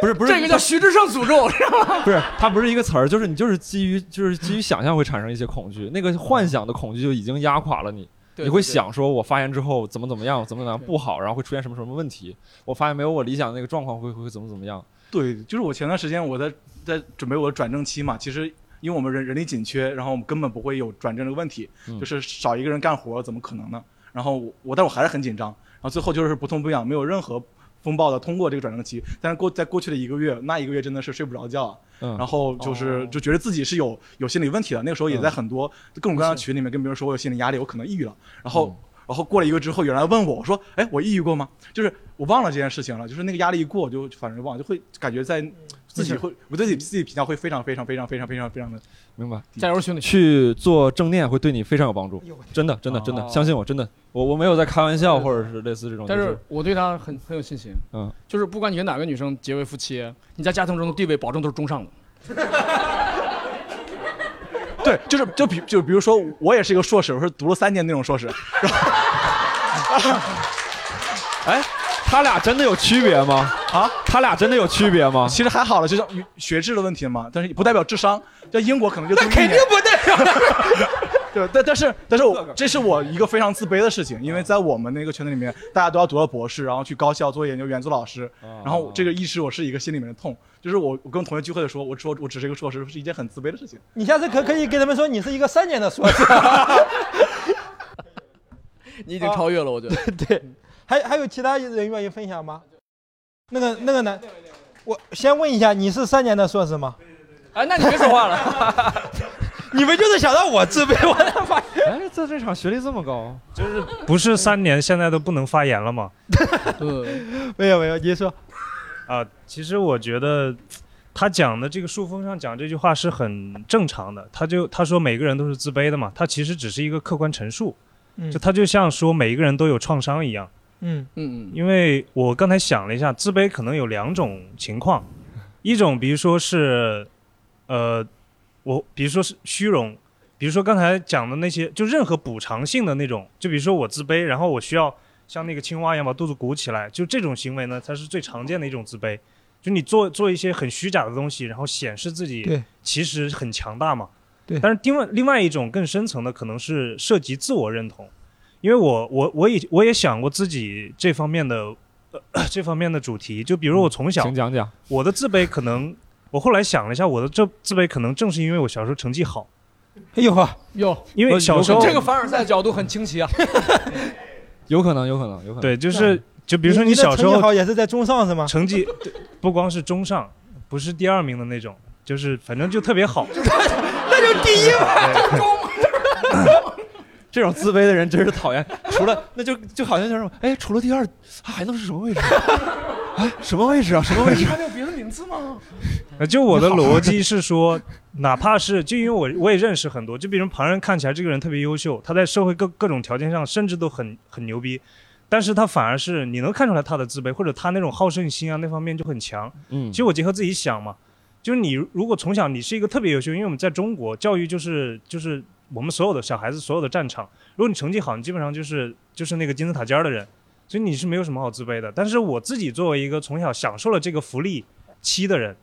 Speaker 2: 不是不是
Speaker 4: 这个叫徐志胜诅咒，
Speaker 2: 不是它不是一个词儿，就是你就是基于就是基于想象会产生一些恐惧，那个幻想的恐惧就已经压垮了你。你会想说，我发言之后怎么怎么样，怎么怎么样
Speaker 4: 对
Speaker 2: 不好，然后会出现什么什么问题？我发现没有我理想的那个状况会会会怎么怎么样？
Speaker 8: 对，就是我前段时间我在在准备我的转正期嘛，其实因为我们人人力紧缺，然后我们根本不会有转正这个问题，
Speaker 2: 嗯
Speaker 8: 就是少一个人干活怎么可能呢？然后我我但我还是很紧张，然后最后就是不痛不痒，没有任何风暴的通过这个转正期，但是过在过去的一个月，那一个月真的是睡不着觉啊，
Speaker 2: 嗯，
Speaker 8: 然后就是
Speaker 4: 哦
Speaker 8: 就觉得自己是有有心理问题的。那个时候也在很多各种各样的群里面跟别人说我有心理压力，我可能抑郁了。然后然后过了一个之后，有人来问我，我说哎，我抑郁过吗？就是我忘了这件事情了，就是那个压力一过，我就反正忘了，就会感觉在自己会我对自己自己评价会非常非常非常非常非常非常的
Speaker 2: 明白。
Speaker 4: 加油，兄弟！
Speaker 2: 去做正念会对你非常有帮助，真的真的真的，
Speaker 4: 哦
Speaker 2: 相信我，真的，我我没有在开玩笑，
Speaker 4: 对
Speaker 2: 或者是类似这种。
Speaker 4: 但
Speaker 2: 就是
Speaker 4: 我对他很很有信心。
Speaker 2: 嗯，
Speaker 4: 就是不管你跟哪个女生结为夫妻，你在家庭中的地位保证都是中上的。
Speaker 8: 对，就是就比就比如说我也是一个硕士，我是读了三年那种硕士，
Speaker 2: 哎，他俩真的有区别吗？
Speaker 8: 啊，
Speaker 2: 他俩真的有区别吗？
Speaker 8: 其实还好了，就像语学制的问题嘛，但是不代表智商。在英国可能就
Speaker 1: 那
Speaker 8: 读一
Speaker 1: 肯
Speaker 8: 年
Speaker 1: 定不代表
Speaker 8: 对，但但是但是我这是我一个非常自卑的事情，因为在我们那个圈子里面，大家都要读到博士，然后去高校做研究员、做老师，
Speaker 2: 哦
Speaker 8: 然后这个意识我是一个心里面的痛，就是我我跟同学聚会的时候，我说我只是一个硕士，是一件很自卑的事情。
Speaker 1: 你下次可可以跟他们说，你是一个三年的硕士。
Speaker 4: 你已经超越了，我觉得。
Speaker 1: 对，啊还还有其他人愿意分享吗？那个那个男，我先问一下，你是三年的硕士吗？
Speaker 4: 哎，那你别说话 了。
Speaker 1: 你们就是想让我自卑，我他妈
Speaker 2: 哎，在这场学历这么高，
Speaker 9: 嗯不是三年，现在都不能发言了吗？
Speaker 4: 对，
Speaker 1: 没有没有，你说
Speaker 9: 啊，其实我觉得他讲的这个树峰上讲这句话是很正常的。他就他说每个人都是自卑的嘛，他其实只是一个客观陈述，
Speaker 1: 嗯
Speaker 9: 就他就像说每一个人都有创伤一样。
Speaker 1: 嗯
Speaker 4: 嗯嗯，
Speaker 9: 因为我刚才想了一下，自卑可能有两种情况，一种比如说是，呃，我比如说是虚荣，比如说刚才讲的那些，就任何补偿性的那种，就比如说我自卑，然后我需要像那个青蛙一样把肚子鼓起来，就这种行为呢，它是最常见的一种自卑，就你做做一些很虚假的东西，然后显示自己
Speaker 1: 对
Speaker 9: 其实很强大嘛。
Speaker 1: 对
Speaker 9: 但是另外另外一种更深层的可能是涉及自我认同，因为我我我也我也想过自己这方面的、呃、这方面的主题，就比如我从小、
Speaker 2: 嗯请讲讲。
Speaker 9: 我的自卑可能，我后来想了一下，我的这自卑可能正是因为我小时候成绩好，
Speaker 1: 哎呦呵，
Speaker 4: 哟，
Speaker 9: 因
Speaker 2: 呃
Speaker 9: 为小
Speaker 2: 有
Speaker 9: 时候
Speaker 2: 可
Speaker 4: 这个凡尔赛角度很清奇啊。
Speaker 2: 有可能，有可能，有可能。，
Speaker 9: 对就是就比如说
Speaker 1: 啊你的
Speaker 9: 小时
Speaker 1: 成绩
Speaker 9: 候
Speaker 1: 好也是在中上是吗？
Speaker 9: 成绩对不光是中上，不是第二名的那种，就是反正就特别好。
Speaker 1: 那就第一吧。
Speaker 2: 这种自卑的人真是讨厌。 除了那就就好像就是，哎，除了第二，还能是什么 位置？哎，什么位置啊？什么位置？
Speaker 9: 呃，就我的逻辑是说， 哪怕是就因为我我也认识很多，就比如旁人看起来这个人特别优秀，他在社会各各种条件上甚至都很很牛逼，但是他反而是你能看出来他的自卑，或者他那种好胜心啊那方面就很强。
Speaker 2: 嗯
Speaker 9: 其实我结合自己想嘛，就是你如果从小你是一个特别优秀，因为我们在中国教育就是就是我们所有的小孩子所有的战场，如果你成绩好，你基本上就是就是那个金字塔尖儿的人，所以你是没有什么好自卑的。但是我自己作为一个从小享受了这个福利期的人，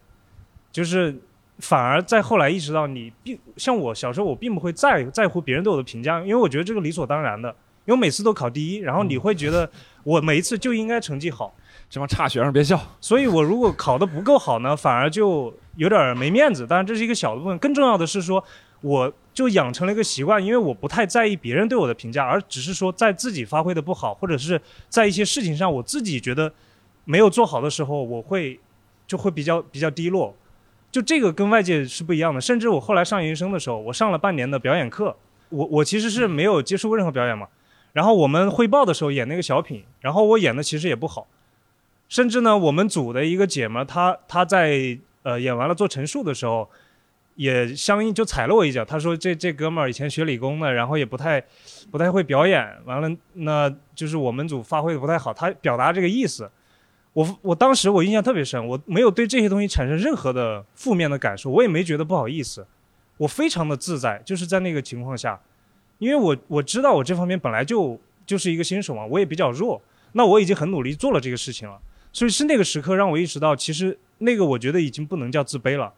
Speaker 9: 就是反而在后来意识到你并像我小时候我并不会在在乎别人对我的评价，因为我 觉得这个理所当然的。因为我每次都考第一，然后你会觉得我每一次就应该成绩好，
Speaker 2: 这帮差学生别笑。
Speaker 9: 所以我如果考得不够好呢，反而就有点没面子。当然这是一个小的部分，更重要的是说，我就养成了一个习惯，因为我不太在意别人对我的评价，而只是说在自己发挥的不好，或者是在一些事情上我自己觉得没有做好的时候，我会就会比较比较低落。就这个跟外界是不一样的。甚至我后来上研究生的时候，我上了半年的表演课，我我其实是没有接触过任何表演嘛。然后我们汇报的时候演那个小品，然后我演的其实也不好，甚至呢，我们组的一个姐们儿，她她在呃演完了做陈述的时候，也相应就踩了我一脚。她说这这哥们儿以前学理工的，然后也不太不太会表演，完了那就是我们组发挥的不太好，她表达这个意思。我我当时我印象特别深，我没有对这些东西产生任何的负面的感受，我也没觉得不好意思，我非常的自在，就是在那个情况下，因为我我知道我这方面本来就就是一个新手嘛，我也比较弱，那我已经很努力做了这个事情了，所以是那个时刻让我意识到，其实那个我觉得已经不能叫自卑了，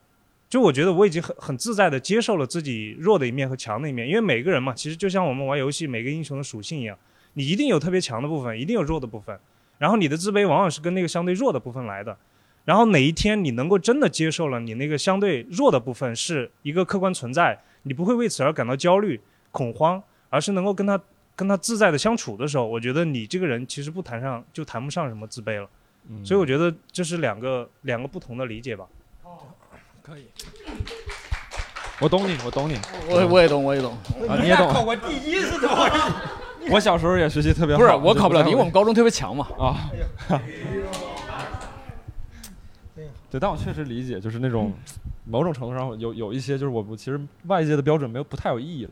Speaker 9: 就我觉得我已经很很自在的接受了自己弱的一面和强的一面，因为每个人嘛，其实就像我们玩游戏每个英雄的属性一样，你一定有特别强的部分，一定有弱的部分。然后你的自卑往往是跟那个相对弱的部分来的。然后哪一天你能够真的接受了你那个相对弱的部分是一个客观存在，你不会为此而感到焦虑、恐慌，而是能够跟他跟他自在的相处的时候，我觉得你这个人其实不谈上就谈不上什么自卑了。
Speaker 2: 嗯
Speaker 9: 所以我觉得这是两个两个不同的理解吧。
Speaker 4: 可以，
Speaker 2: 我懂你，我 懂你，
Speaker 4: 我我也懂，我也懂
Speaker 2: 啊，你也懂。
Speaker 1: 考过第一是怎么回事？
Speaker 2: 我小时候也学习特别好，
Speaker 4: 不是
Speaker 2: 就
Speaker 4: 我考不了
Speaker 2: 太
Speaker 4: 第一，
Speaker 2: 会
Speaker 4: 我们高中特别强嘛。
Speaker 2: 啊。 对，但我确实理解，就是那种
Speaker 4: 嗯
Speaker 2: 某种程度上有有一些，就是我不其实外界的标准没有不太有意义了。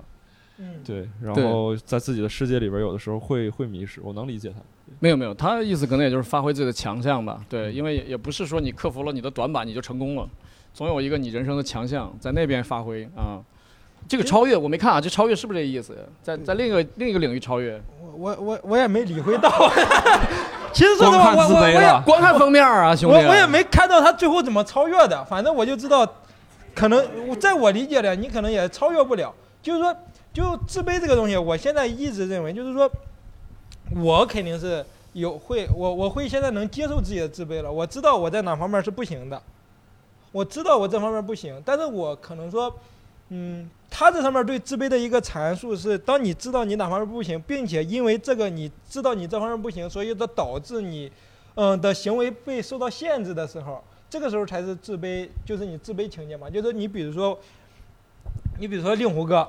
Speaker 1: 嗯，
Speaker 2: 对，然
Speaker 4: 对
Speaker 2: 后在自己的世界里边，有的时候会会迷失，我能理解他。
Speaker 4: 没有没有，他的意思可能也就是发挥自己的强项吧。对，因为也也不是说你克服了你的短板你就成功了，总有一个你人生的强项在那边发挥啊。这个超越我没看啊，这超越是不是这意思？在在另一个另一个领域超越，
Speaker 1: 我我我也没理会到。 其实说
Speaker 2: 光
Speaker 1: 实话，
Speaker 2: 看
Speaker 1: 我
Speaker 2: 自
Speaker 1: 我我
Speaker 2: 卑
Speaker 1: 也
Speaker 2: 了，
Speaker 4: 光看封面 啊，兄
Speaker 1: 我
Speaker 4: 弟。
Speaker 1: 我也没看到他最后怎么超越的，反正我就知道，可能我在我理解的，你可能也超越不了。就是说，就自卑这个东西，我现在一直认为，就是说，我肯定是有会，我我会现在能接受自己的自卑了，我知道我在哪方面是不行的，我知道我这方面不行，但是我可能说，嗯，他这上面对自卑的一个阐述是，当你知道你哪方面不行，并且因为这个你知道你这方面不行，所以它导致你。嗯的行为被受到限制的时候，这个时候才是自卑，就是你自卑情节嘛。就是你比如说，你比如说令狐哥，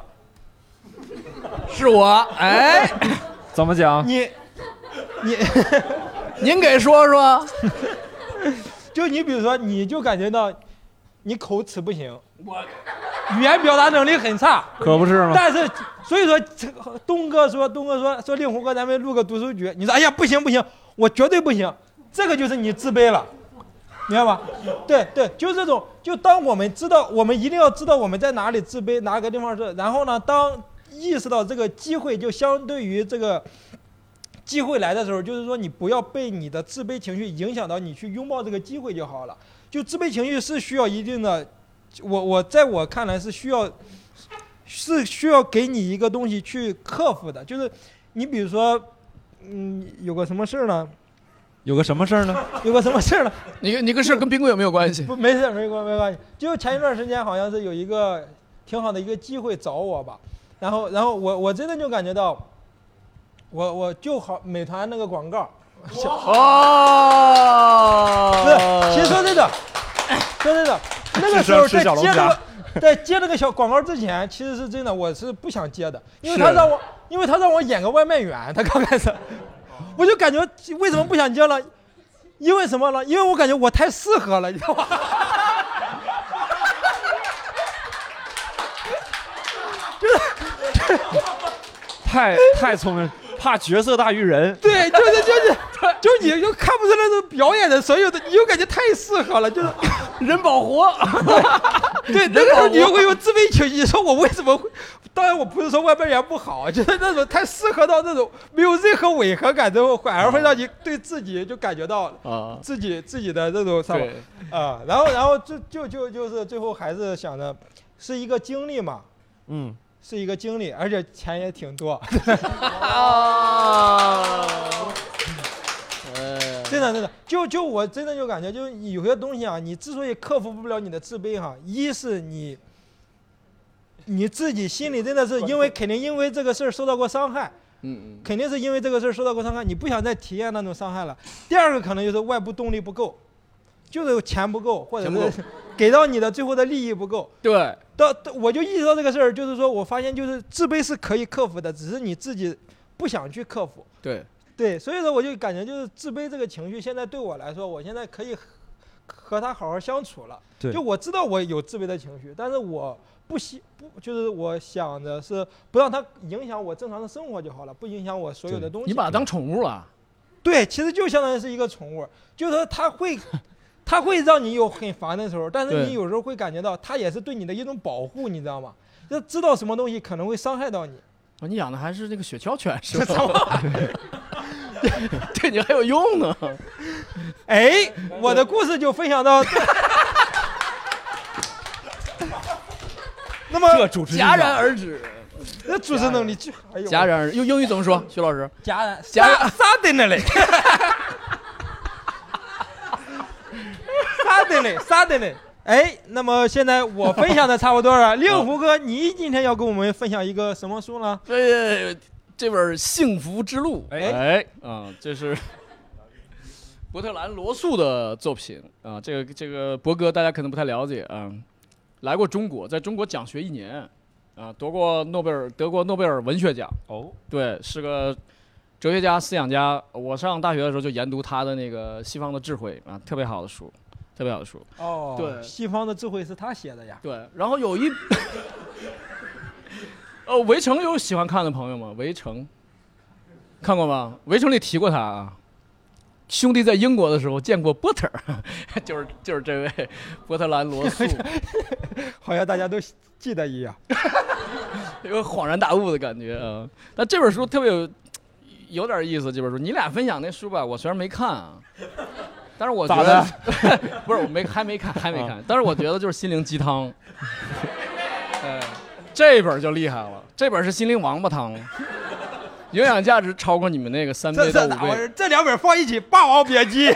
Speaker 4: 是我哎，
Speaker 2: 怎么讲？
Speaker 1: 你你
Speaker 4: 您给说说。
Speaker 1: 就你比如说，你就感觉到你口齿不行，我语言表达能力很差，
Speaker 2: 可不是吗？
Speaker 1: 但是所以说这个东哥说东哥说说令狐哥，咱们录个读书局，你说哎呀不行不行，我绝对不行，这个就是你自卑了。明白吧？对对，就是这种。就当我们知道，我们一定要知道我们在哪里自卑，哪个地方是。然后呢，当意识到这个机会，就相对于这个机会来的时候，就是说你不要被你的自卑情绪影响到，你去拥抱这个机会就好了。就自卑情绪是需要一定的，我我在我看来是需要是需要给你一个东西去克服的。就是你比如说，嗯，有个什么事儿呢？
Speaker 2: 有个什么事儿呢？
Speaker 1: 有个什么事儿呢？
Speaker 4: 你你个事儿跟冰棍有没有关系？
Speaker 1: 不，没事，没关没关系。就前一段时间好像是有一个挺好的一个机会找我吧，然后然后我我真的就感觉到，我我就好美团那个广告，
Speaker 4: 哦，
Speaker 1: 不是，其实说真的，说真的，那个时候
Speaker 2: 啊
Speaker 1: 在接这个。在接这个小广告之前，其实是真的，我是不想接的，因为他让我，因为他让我演个外卖员，他刚开始，我就感觉为什么不想接了，因为什么了？因为我感觉我太适合了，你知道吗？
Speaker 2: 太太聪明，怕角色大于人。
Speaker 1: 对，就是就是，就你就看不出来这表演的所有的，你就感觉太适合了，就是
Speaker 4: 人保活，
Speaker 1: 对，那个时候你就会有自卑情绪。你说我为什么会？当然我不是说外边人不好，就是那种太适合到那种没有任何违和感之后，反而会让你对自己就感觉到
Speaker 4: 啊，
Speaker 1: 自己自己的这种什么
Speaker 4: 对，呃
Speaker 1: 啊，然后然后就就就就是最后还是想着是一个经历嘛，
Speaker 2: 嗯，
Speaker 1: 是一个经历，而且钱也挺多。
Speaker 4: 啊，哎，
Speaker 1: 这真的真的，就就我真的就感觉，就是有些东西啊，你之所以克服不了你的自卑哈，一是你你自己心里真的是因为肯定因为这个事儿受到过伤害，
Speaker 4: 嗯
Speaker 1: 肯定是因为这个事儿受到过伤害，你不想再体验那种伤害了。第二个可能就是外部动力不够，就是钱不够，或者
Speaker 4: 钱不够
Speaker 1: 是 给到你的最后的利益不够。
Speaker 4: 对，
Speaker 1: 到到我就意识到这个事儿，就是说我发现就是自卑是可以克服的，只是你自己不想去克服。
Speaker 4: 对，
Speaker 1: 对，所以说我就感觉就是自卑这个情绪，现在对我来说，我现在可以和和他好好相处了。
Speaker 2: 对
Speaker 1: 就我知道我有自卑的情绪，但是我不希不就是我想着是不让它影响我正常的生活就好了，不影响我所有的东西。
Speaker 4: 你把它当宠物了，啊
Speaker 1: 对，其实就相当于是一个宠物，就是说 它会，它会让你有很烦的时候，但是
Speaker 4: 对
Speaker 1: 你有时候会感觉到它也是对你的一种保护，你知道吗？就知道什么东西可能会伤害到你。
Speaker 4: 哦你养的还是那个雪橇犬 是吧？对你还有用呢。
Speaker 1: 哎，我的故事就分享到。那么
Speaker 2: 这主持
Speaker 4: 戛然而止，
Speaker 1: 那组织能力就哎呦，
Speaker 4: 戛然而止。用英语怎么说？徐老师，
Speaker 1: 戛然
Speaker 4: 戛然
Speaker 1: ，suddenly。suddenly suddenly，哎，那么现在我分享的差不多了。令狐哥，你今天要跟我们分享一个什么书呢？
Speaker 4: 这这本《幸福之路》，哎，啊、这是 伯特兰·罗素的作品啊、这个这个博哥大家可能不太了解啊、来过中国，在中国讲学一年啊、夺过诺贝尔德国诺贝尔文学奖。
Speaker 2: 哦，
Speaker 4: 对，是个哲学家、思想家。我上大学的时候就研读他的那个《西方的智慧》啊，特别好的书，特别好的书。
Speaker 1: 哦，
Speaker 4: 对
Speaker 1: 西方的智慧是他写的呀。
Speaker 4: 对，然后有一， 呃，围城有喜欢看的朋友吗？围城看过吗？围城里提过他啊。兄弟在英国的时候见过波特儿， 就是就是这位波特兰罗素，
Speaker 1: 好像大家都记得一样。
Speaker 4: 有个恍然大悟的感觉啊。但这本书特别有有点意思，这本书你俩分享那书吧，我虽然没看啊，但是我觉得 不是我没还没看还没
Speaker 1: 啊
Speaker 4: 看，但是我觉得就是心灵鸡汤。哎，这本就厉害了，这本是心灵王八汤，营养价值超过你们那个三
Speaker 1: 这
Speaker 4: 倍
Speaker 1: 这
Speaker 4: 到
Speaker 1: 哪
Speaker 4: 五
Speaker 1: 玩意
Speaker 4: 倍。
Speaker 1: 儿？这两本放一起，《霸王别姬》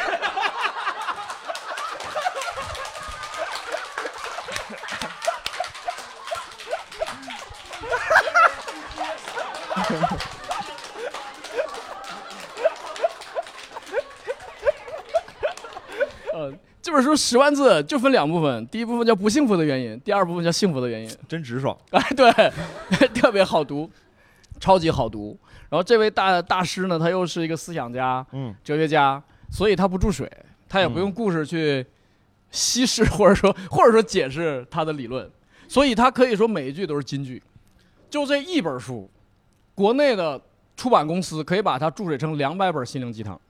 Speaker 4: 呃， 这本书十万字就分两部分，第一部分叫不幸福的原因，第二部分叫幸福的原因。
Speaker 3: 真直爽。
Speaker 4: 哎，对，特别好读，超级好读。然后这位大大师呢，他又是一个思想家、
Speaker 3: 嗯，
Speaker 4: 哲学家，所以他不注水，他也不用故事去稀释或者说或者说解释他的理论，所以他可以说每一句都是金句。就这一本书，国内的出版公司可以把它注水成两百本心灵鸡汤，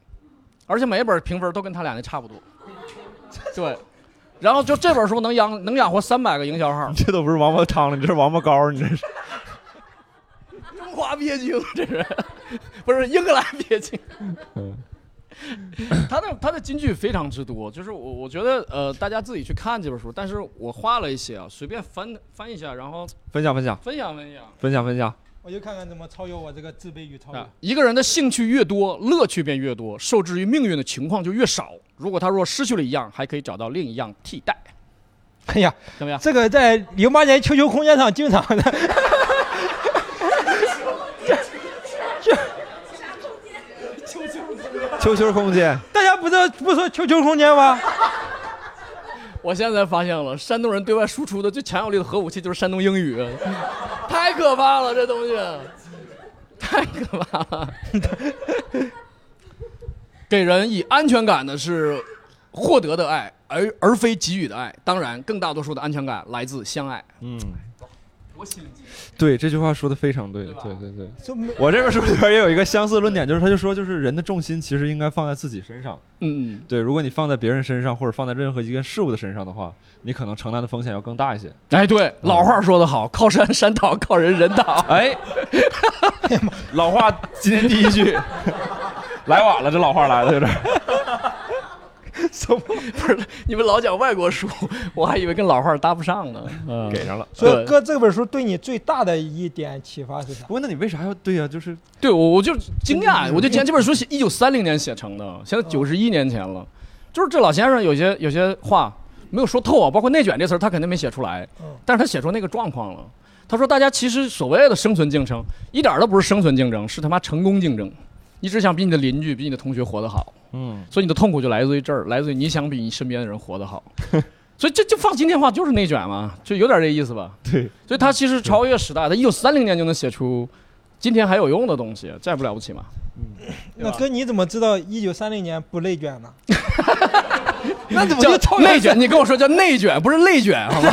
Speaker 4: 而且每一本评分都跟他俩那差不多。 对，然后就这本书能养能养活三百个营销号。
Speaker 3: 你这都不是王八汤了，你这是王八膏，你这是。
Speaker 4: 中华鳖精，这是不是英格兰鳖精？ 他的他的金句非常之多，就是我我觉得呃，大家自己去看这本书，但是我画了一些啊，随便翻翻一下，然后
Speaker 2: 分啊享分享
Speaker 4: 分享分享。
Speaker 2: 分享分享，
Speaker 1: 我就看看怎么超越我这个自卑与超越
Speaker 4: 啊。，一个人的兴趣越多，乐趣便越多，受制于命运的情况就越少。如果他若失去了一样，还可以找到另一样替 代，
Speaker 1: 哎呀，
Speaker 4: 怎么样？
Speaker 1: 这个在零八年 QQ 空间上经常的。
Speaker 3: QQ 空间，
Speaker 1: 大家不是不说 QQ 空间吗？
Speaker 4: 我现在发现了，山东人对外输出的最强有力的核武器就是山东英语， 太可怕了，这东西，太可怕了。给人以安全感的是获得的爱，而而非给予的爱。当然，更大多数的安全感来自相爱。
Speaker 2: 嗯，
Speaker 4: 多心机，
Speaker 2: 对，这句话说的非常对，
Speaker 4: 对吧
Speaker 2: 对对对。
Speaker 1: 这没
Speaker 2: 我这本书里边也有一个相似论点，就是他就说，就是人的重心其实应该放在自己身上。
Speaker 4: 嗯，
Speaker 2: 对，如果你放在别人身上，或者放在任何一个事物的身上的话，你可能承担的风险要更大一些。
Speaker 4: 哎，对，老话说得好，靠山山倒，靠人人倒。
Speaker 2: 哎，老话 今天第一句，来晚了，这老话来的有点。
Speaker 1: 都不
Speaker 4: 你们老讲外国书，我还以为跟老话搭不上呢。嗯，
Speaker 2: 给上了。
Speaker 1: 所以哥这本书对你最大的一点启发是啥？
Speaker 2: 不过那你为啥要对呀、就是
Speaker 4: 对我我就惊讶，我就惊讶这本书是一九三零年写成的，现在九十一年前了，就是这老先生有些有些话没有说透啊，包括内卷这词儿他肯定没写出来，但是他写出那个状况了。他说大家其实所谓的生存竞争，一点儿都不是生存竞争，是他妈成功竞争。你只想比你的邻居、比你的同学活得好，
Speaker 2: 嗯，
Speaker 4: 所以你的痛苦就来自于这儿，来自于你想比你身边的人活得 好。所以这就放今天话就是内卷嘛，就有点这意思吧。
Speaker 2: 对，
Speaker 4: 所以他其实超越时代，他一九三零年就能写出今天还有用的东西，这不了不起嘛。
Speaker 1: 那哥你怎么知道一九三零年不内卷呢？那怎么
Speaker 4: 叫
Speaker 1: 就超
Speaker 4: 内卷？你跟我说叫内卷，不是内卷，好吗？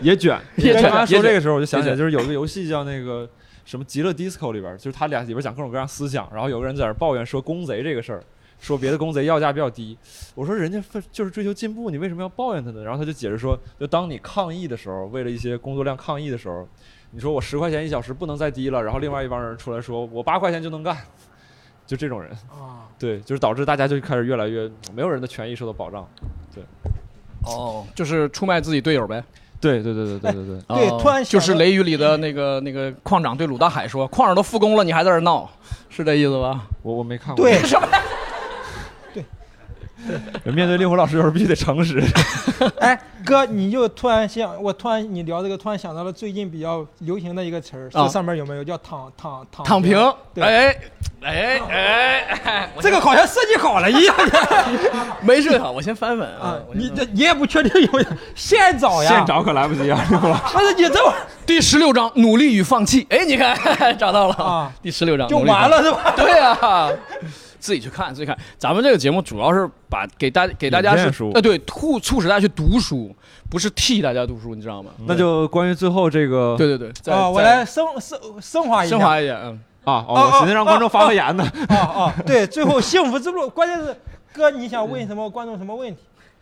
Speaker 2: 也卷。
Speaker 4: 也
Speaker 2: 你
Speaker 4: 卷
Speaker 2: 刚才
Speaker 4: 也
Speaker 2: 说
Speaker 4: 卷
Speaker 2: 这个时候，我就想起
Speaker 4: 也
Speaker 2: 来，
Speaker 4: 卷
Speaker 2: 就是有一个游戏叫那个什么《极乐 DISCO》里边儿，就是他俩里边儿讲各种各样思想，然后有个人在那儿抱怨说公贼这个事儿，说别的公贼要价比较低。我说人家非就是追求进步，你为什么要抱怨他呢？然后他就解释说，就当你抗议的时候，为了一些工作量抗议的时候，你说我十块钱一小时不能再低了，然后另外一帮人出来说我八块钱就能干，就这种人。
Speaker 1: 啊，
Speaker 2: 对，就是导致大家就开始越来越没有人的权益受到保障。对，
Speaker 4: 哦，就是出卖自己队友呗。
Speaker 2: 对对对对对对对。
Speaker 1: 对
Speaker 4: 哦
Speaker 1: 突然
Speaker 4: 就
Speaker 1: 想
Speaker 4: 是
Speaker 1: 到
Speaker 4: 《雷雨》里的那个那个矿长对鲁大海说：“矿长都复工了，你还在这儿闹，是这意思吧
Speaker 2: 我我没看过。
Speaker 1: 对，
Speaker 2: 面对令狐老师，有时候必须得诚 实。
Speaker 1: 哎，哥，你就突然想，我突然你聊这个，突然想到了最近比较流行的一个词儿，
Speaker 4: 啊
Speaker 1: 这上面有没有叫躺躺？”躺
Speaker 4: 躺平，
Speaker 1: 对，
Speaker 4: 哎哎哎哎，我
Speaker 1: 这个好像设计好了一样
Speaker 4: 没事好，我先翻翻
Speaker 1: 啊
Speaker 4: 啊！。我先
Speaker 1: 你
Speaker 4: 翻
Speaker 1: 这你也不确定有现找呀？
Speaker 2: 现找可来不及啊，令狐老师。
Speaker 1: 不是你这玩意
Speaker 4: 第十六章努力与放弃，哎，你看 找到了
Speaker 1: 啊
Speaker 4: 第十六章
Speaker 1: 儿就
Speaker 4: 努力与放
Speaker 1: 完了是 吧？
Speaker 4: 对啊，自己去看，自己看。咱们这个节目主要是把给大给大家
Speaker 2: 引荐
Speaker 4: 是
Speaker 2: 书
Speaker 4: 呃对促促使大家去读书，不是替大家读书，你知道吗？
Speaker 1: 嗯
Speaker 2: 那就关于最后这个
Speaker 4: 对对对，再
Speaker 1: 啊，我
Speaker 4: 再
Speaker 1: 来升升升华一下。
Speaker 4: 升华一点，嗯，
Speaker 2: 啊，
Speaker 1: 哦
Speaker 2: 哦，我寻思让观众发发言呢。
Speaker 1: 啊啊，对，最后幸福之路， 关键是哥，你想问什么观众什么问题？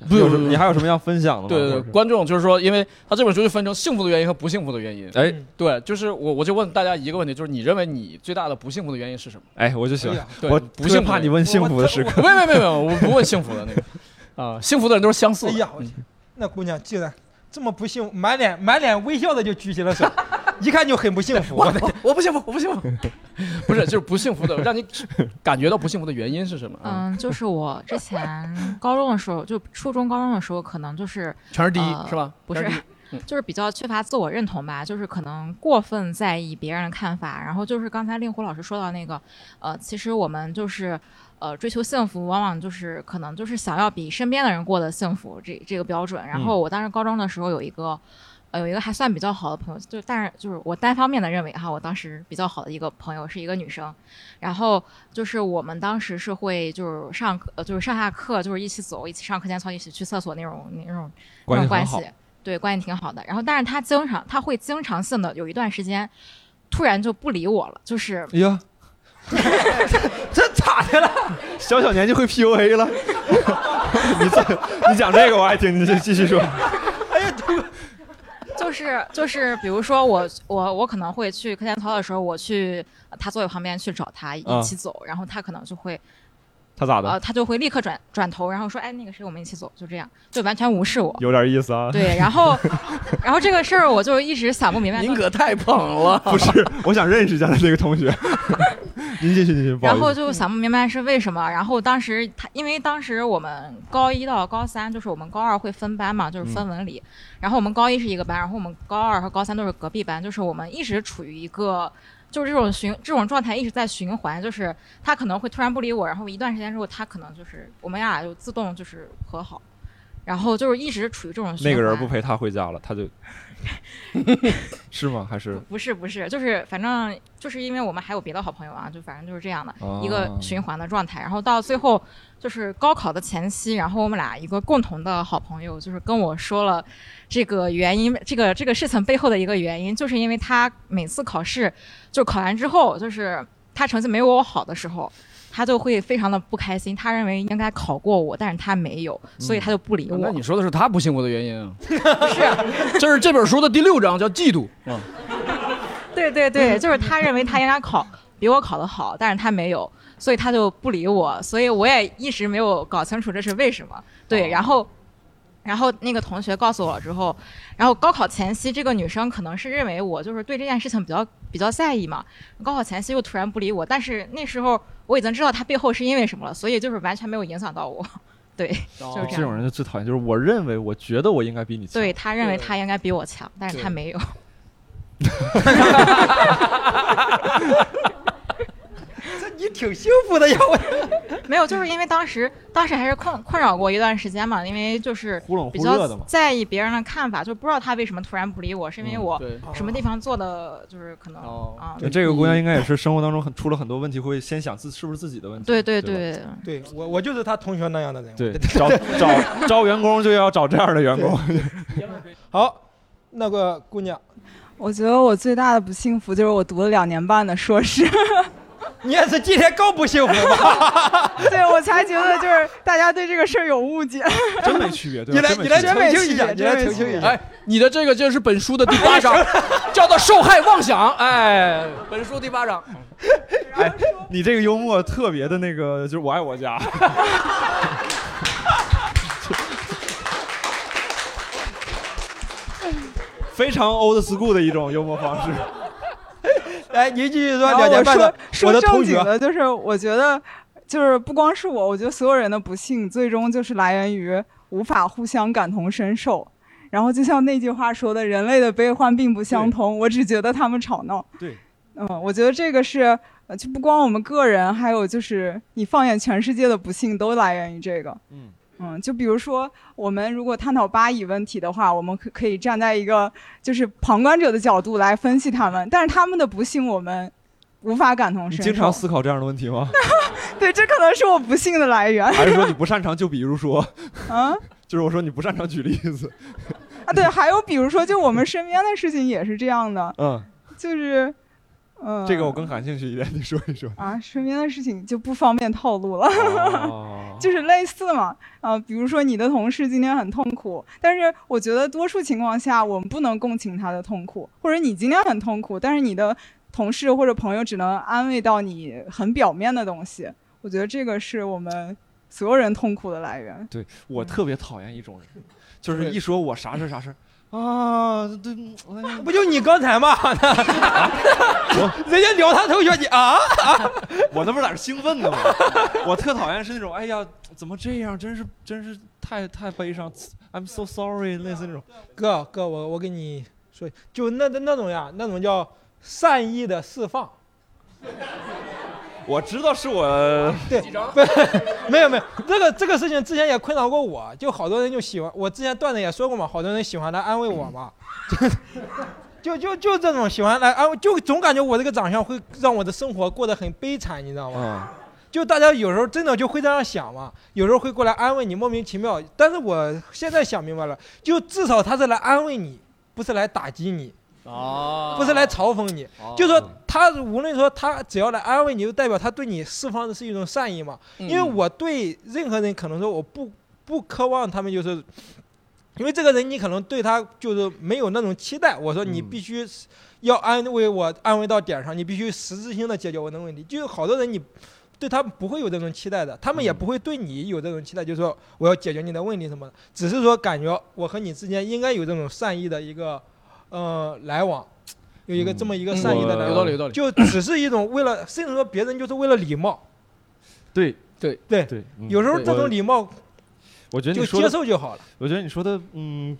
Speaker 4: 不
Speaker 2: 有
Speaker 4: 不
Speaker 2: 什
Speaker 4: 不
Speaker 2: 么你还有什么要分享的吗？
Speaker 4: 对对
Speaker 2: 或
Speaker 4: 对，
Speaker 2: 者是
Speaker 4: 观众就是说，因为他这本书就分成幸福的原因和不幸福的原因。
Speaker 2: 哎
Speaker 4: 对，就是我我就问大家一个问题，就是你认为你最大的不幸福的原因是什么？
Speaker 2: 哎，我就喜
Speaker 1: 哎
Speaker 2: 欢
Speaker 1: 呀，
Speaker 4: 对
Speaker 2: 我
Speaker 4: 不幸福
Speaker 2: 怕你问幸福的时刻。
Speaker 4: 没 有没有没有没有，我不问 幸福的那个。 啊，幸福的人都是相似
Speaker 1: 哎
Speaker 4: 的。
Speaker 1: 呀，我天，那姑娘竟然这么不幸，满脸满脸微笑的就举 起了手，一看就很不幸福。
Speaker 4: 我我不幸福，我 不幸福，不是就是不幸福的，让你感觉到不幸福的原因是什么？啊，
Speaker 10: 嗯，就是我之前高中的时候，就初中、高中的时候，可能就是
Speaker 4: 全是第
Speaker 10: 呃
Speaker 4: 一是吧？
Speaker 10: 不
Speaker 4: 全
Speaker 10: 是
Speaker 4: 第一，嗯
Speaker 10: 就是比较缺乏自我认同吧，就是可能过分在意别人的看法，然后就是刚才令狐老师说到那个，呃，其实我们就是。呃，追求幸福往往就是可能就是想要比身边的人过得幸福这这个标准。然
Speaker 4: 嗯
Speaker 10: 后我当时高中的时候有一个，呃，有一个还算比较好的朋友，就但是就是我单方面的认为哈，我当时比较好的一个朋友是一个女生，然后就是我们当时是会就是上课，呃就是上下课就是一起走，一起上课间操，一起去厕所那种那种那
Speaker 2: 关系
Speaker 10: 种
Speaker 2: 很
Speaker 10: 关
Speaker 2: 好
Speaker 10: 系，对关系挺好的。然后，但是他经常他会经常性的有一段时间，突然就不理我了，就是
Speaker 2: 哎呀，
Speaker 1: 这咋的了？
Speaker 2: 小小年纪会 PUA 了。 你这你讲这个我爱听，你继继续说。
Speaker 10: 就是就是，比如说我我我可能会去课间操的时候，我去呃他座位旁边去找他一
Speaker 2: 啊
Speaker 10: 起走，然后他可能就会
Speaker 2: 他咋
Speaker 10: 呃
Speaker 2: 的？
Speaker 10: 他就会立刻转转头，然后说哎那个谁我们一起走，就这样，就完全无视我。
Speaker 3: 有点意思啊。
Speaker 10: 对，然后 然后这个事儿我就一直想不明白，
Speaker 4: 您可太捧 了，
Speaker 3: 不是， 我想认识一下他这个同学。 您继续，继续。不好
Speaker 10: 然
Speaker 3: 意
Speaker 10: 后
Speaker 3: 思，
Speaker 10: 就想不明白是为什么。然后当时他，因为当时我们高一到高三，就是我们高二会分班嘛，就是分文理。然后我们高一是一个班，然后我们高二和高三都是隔壁班，就是我们一直处于一个。就是这种循这种状态一直在循环，就是他可能会突然不理我，然后一段时间之后，他可能就是我们俩就自动就是和好，然后就是一直处于这种循环。
Speaker 2: 那个人不陪他回家了，他 就是吗？还是
Speaker 10: 不是不是，就是反正就是因为我们还有别的好朋友啊，就反正就是这样的、一个
Speaker 2: 啊
Speaker 10: 循环的状态。然后到最后就是高考的前夕，然后我们俩一个共同的好朋友就是跟我说了这个原因，这个这个事情背后的一个原因，就是因为他每次考试就考完之后，就是他成绩没有我好的时候。他就会非常的不开心，他认为应该考过我，但是他没有，所以他就不理我。
Speaker 4: 嗯那你说的是他不幸福的原因啊？
Speaker 10: 是，
Speaker 4: 这是这本书的第六章，叫嫉妒。
Speaker 1: 嗯
Speaker 4: 啊，
Speaker 10: 对对对，就是他认为他应该考比我考得好，但是他没有，所以他就不理我，所以我也一直没有搞清楚这是为什么。对，然后。然后那个同学告诉我了之后，然后高考前夕，这个女生可能是认为我就是对这件事情比较比较在意嘛。高考前夕又突然不理我，但是那时候我已经知道她背后是因为什么了，所以就是完全没有影响到我。 对，就是这
Speaker 2: 这种
Speaker 10: 样。
Speaker 2: 人就最讨厌，就是我认为我觉得我应该比你强，
Speaker 10: 对她认为她应该比我强，但是她没有。
Speaker 1: 这你挺幸福的呀，我。
Speaker 10: 没有，就是因为当时当时还是困困扰过一段时间嘛，因为就是
Speaker 2: 冷
Speaker 10: 比
Speaker 2: 忽热
Speaker 10: 较
Speaker 2: 的嘛
Speaker 10: 在意别人的看法，就不知道她为什么突然不理我，是因为
Speaker 2: 嗯
Speaker 10: 我
Speaker 2: 对
Speaker 10: 什么地方做的就是可能啊。
Speaker 2: 对这个姑娘应该也是生活当中很出了很多问题，会先想自是不是自己的问题。
Speaker 10: 对对
Speaker 2: 对吧
Speaker 1: 对，我我就是他同学那样的人。
Speaker 2: 对，找找招员工就要找这样的员 工。
Speaker 1: 好， 那个姑娘，
Speaker 11: 我觉得我最大的不幸福就是我读了两年半的硕 士，
Speaker 1: 你也是今天更不幸福吧？
Speaker 11: 对我才觉得就是大家对这个事儿有误解。
Speaker 3: 真没区别，
Speaker 1: 对吧 你来真没区别你来澄清一下
Speaker 11: 真没区别
Speaker 1: 你来澄清一下
Speaker 4: 哎，你的这个就是本书的第八 章，叫做受害妄想。哎，本书第八章，
Speaker 3: 你这个幽默特别的那个，就是我爱我 家。非常 old school 的一种幽默方式。
Speaker 1: 来，您继续
Speaker 11: 然
Speaker 1: 说
Speaker 11: 后
Speaker 1: 两年半的
Speaker 11: 我说说
Speaker 1: 我的同
Speaker 11: 正经
Speaker 1: 学，
Speaker 11: 的，就是我觉得，就是不光是我，我觉得所有人的不幸，最终就是来源于无法互相感同身受。然后就像那句话说的，人类的悲欢并不相同。我只觉得他们吵闹。
Speaker 3: 对，
Speaker 11: 嗯，我觉得这个是，呃就不光我们个人，还有就是你放眼全世界的不幸都来源于这个。
Speaker 3: 嗯
Speaker 11: 嗯，就比如说，我们如果探讨巴以问题的话，我们可可以站在一个就是旁观者的角度来分析他们，但是他们的不幸我们无法感同
Speaker 2: 你
Speaker 11: 身
Speaker 2: 经常
Speaker 11: 受。
Speaker 2: 思考这样的问题吗？
Speaker 11: 对，这可能是我不幸的来源。
Speaker 2: 还是说你不擅长？就比如说，
Speaker 11: 啊
Speaker 2: 就是我说你不擅长举例子。
Speaker 11: 啊，对，还有比如说，就我们身边的事情也是这样的，
Speaker 2: 嗯，
Speaker 11: 就是，嗯、
Speaker 2: 这个我更感兴趣一点，你说一说。
Speaker 11: 啊，身边的事情就不方便透露了。
Speaker 2: 哦
Speaker 11: 就是类似嘛，啊、比如说你的同事今天很痛苦，但是我觉得多数情况下我们不能共情他的痛苦，或者你今天很痛苦，但是你的同事或者朋友只能安慰到你很表面的东西，我觉得这个是我们所有人痛苦的来源。
Speaker 2: 对我特别讨厌一种人，就是一说我啥事儿啥事儿，啊，对，
Speaker 1: 不 就你刚才吗？人家聊他同学，你啊啊！
Speaker 2: 我那不是在这兴奋呢吗？我特讨厌是那种，哎呀，怎么这样？真是真是 太太悲伤，I'm so sorry，类似那种。
Speaker 1: 啊哥哥，我我给你说，就那那种呀，那种叫善意的释放。
Speaker 2: 我知道是我
Speaker 1: 对，不， 没有没有，这个这个事情之前也困扰过我，就好多人就喜欢，我之前段子也说过嘛，好多人喜欢来安慰我嘛，就就就这种喜欢来安慰，就总感觉我这个长相会让我的生活过得很悲惨，你知道吗？
Speaker 2: 啊，
Speaker 1: 就大家有时候真的就会这样想嘛，有时候会过来安慰你，莫名其妙。但是我现在想明白了，就至少他是来安慰你，不是来打击你。
Speaker 4: 哦
Speaker 1: 不是来嘲讽你，
Speaker 4: 哦
Speaker 1: 就说他无论说他只要来安慰你，就代表他对你释放的是一种善意嘛。
Speaker 4: 嗯
Speaker 1: 因为我对任何人可能说我不不奢望他们就是，因为这个人你可能对他就是没有那种期待。我说
Speaker 4: 嗯
Speaker 1: 你必须是要安慰我，安慰到点上，你必须实质性的解决我的问题。就是好多人你。对他不会有这种期待的，他们
Speaker 4: 嗯
Speaker 1: 也不会对你有这种期待，就是说我要解决你的问题什么的，只是说感觉我和你之间应该有这种善意的一个呃来往，有一个这么一个善
Speaker 2: 嗯
Speaker 1: 意的来往，
Speaker 4: 有道理有道理
Speaker 1: 就只是一种为了， 甚至说别人就是为了礼貌，
Speaker 2: 对
Speaker 4: 对
Speaker 1: 对
Speaker 2: 对，嗯
Speaker 1: 有时候
Speaker 2: 对
Speaker 1: 这种礼貌
Speaker 2: 我觉得
Speaker 1: 就
Speaker 2: 你说
Speaker 1: 接
Speaker 2: 的
Speaker 1: 受就好了。
Speaker 2: 我觉得你说的，嗯，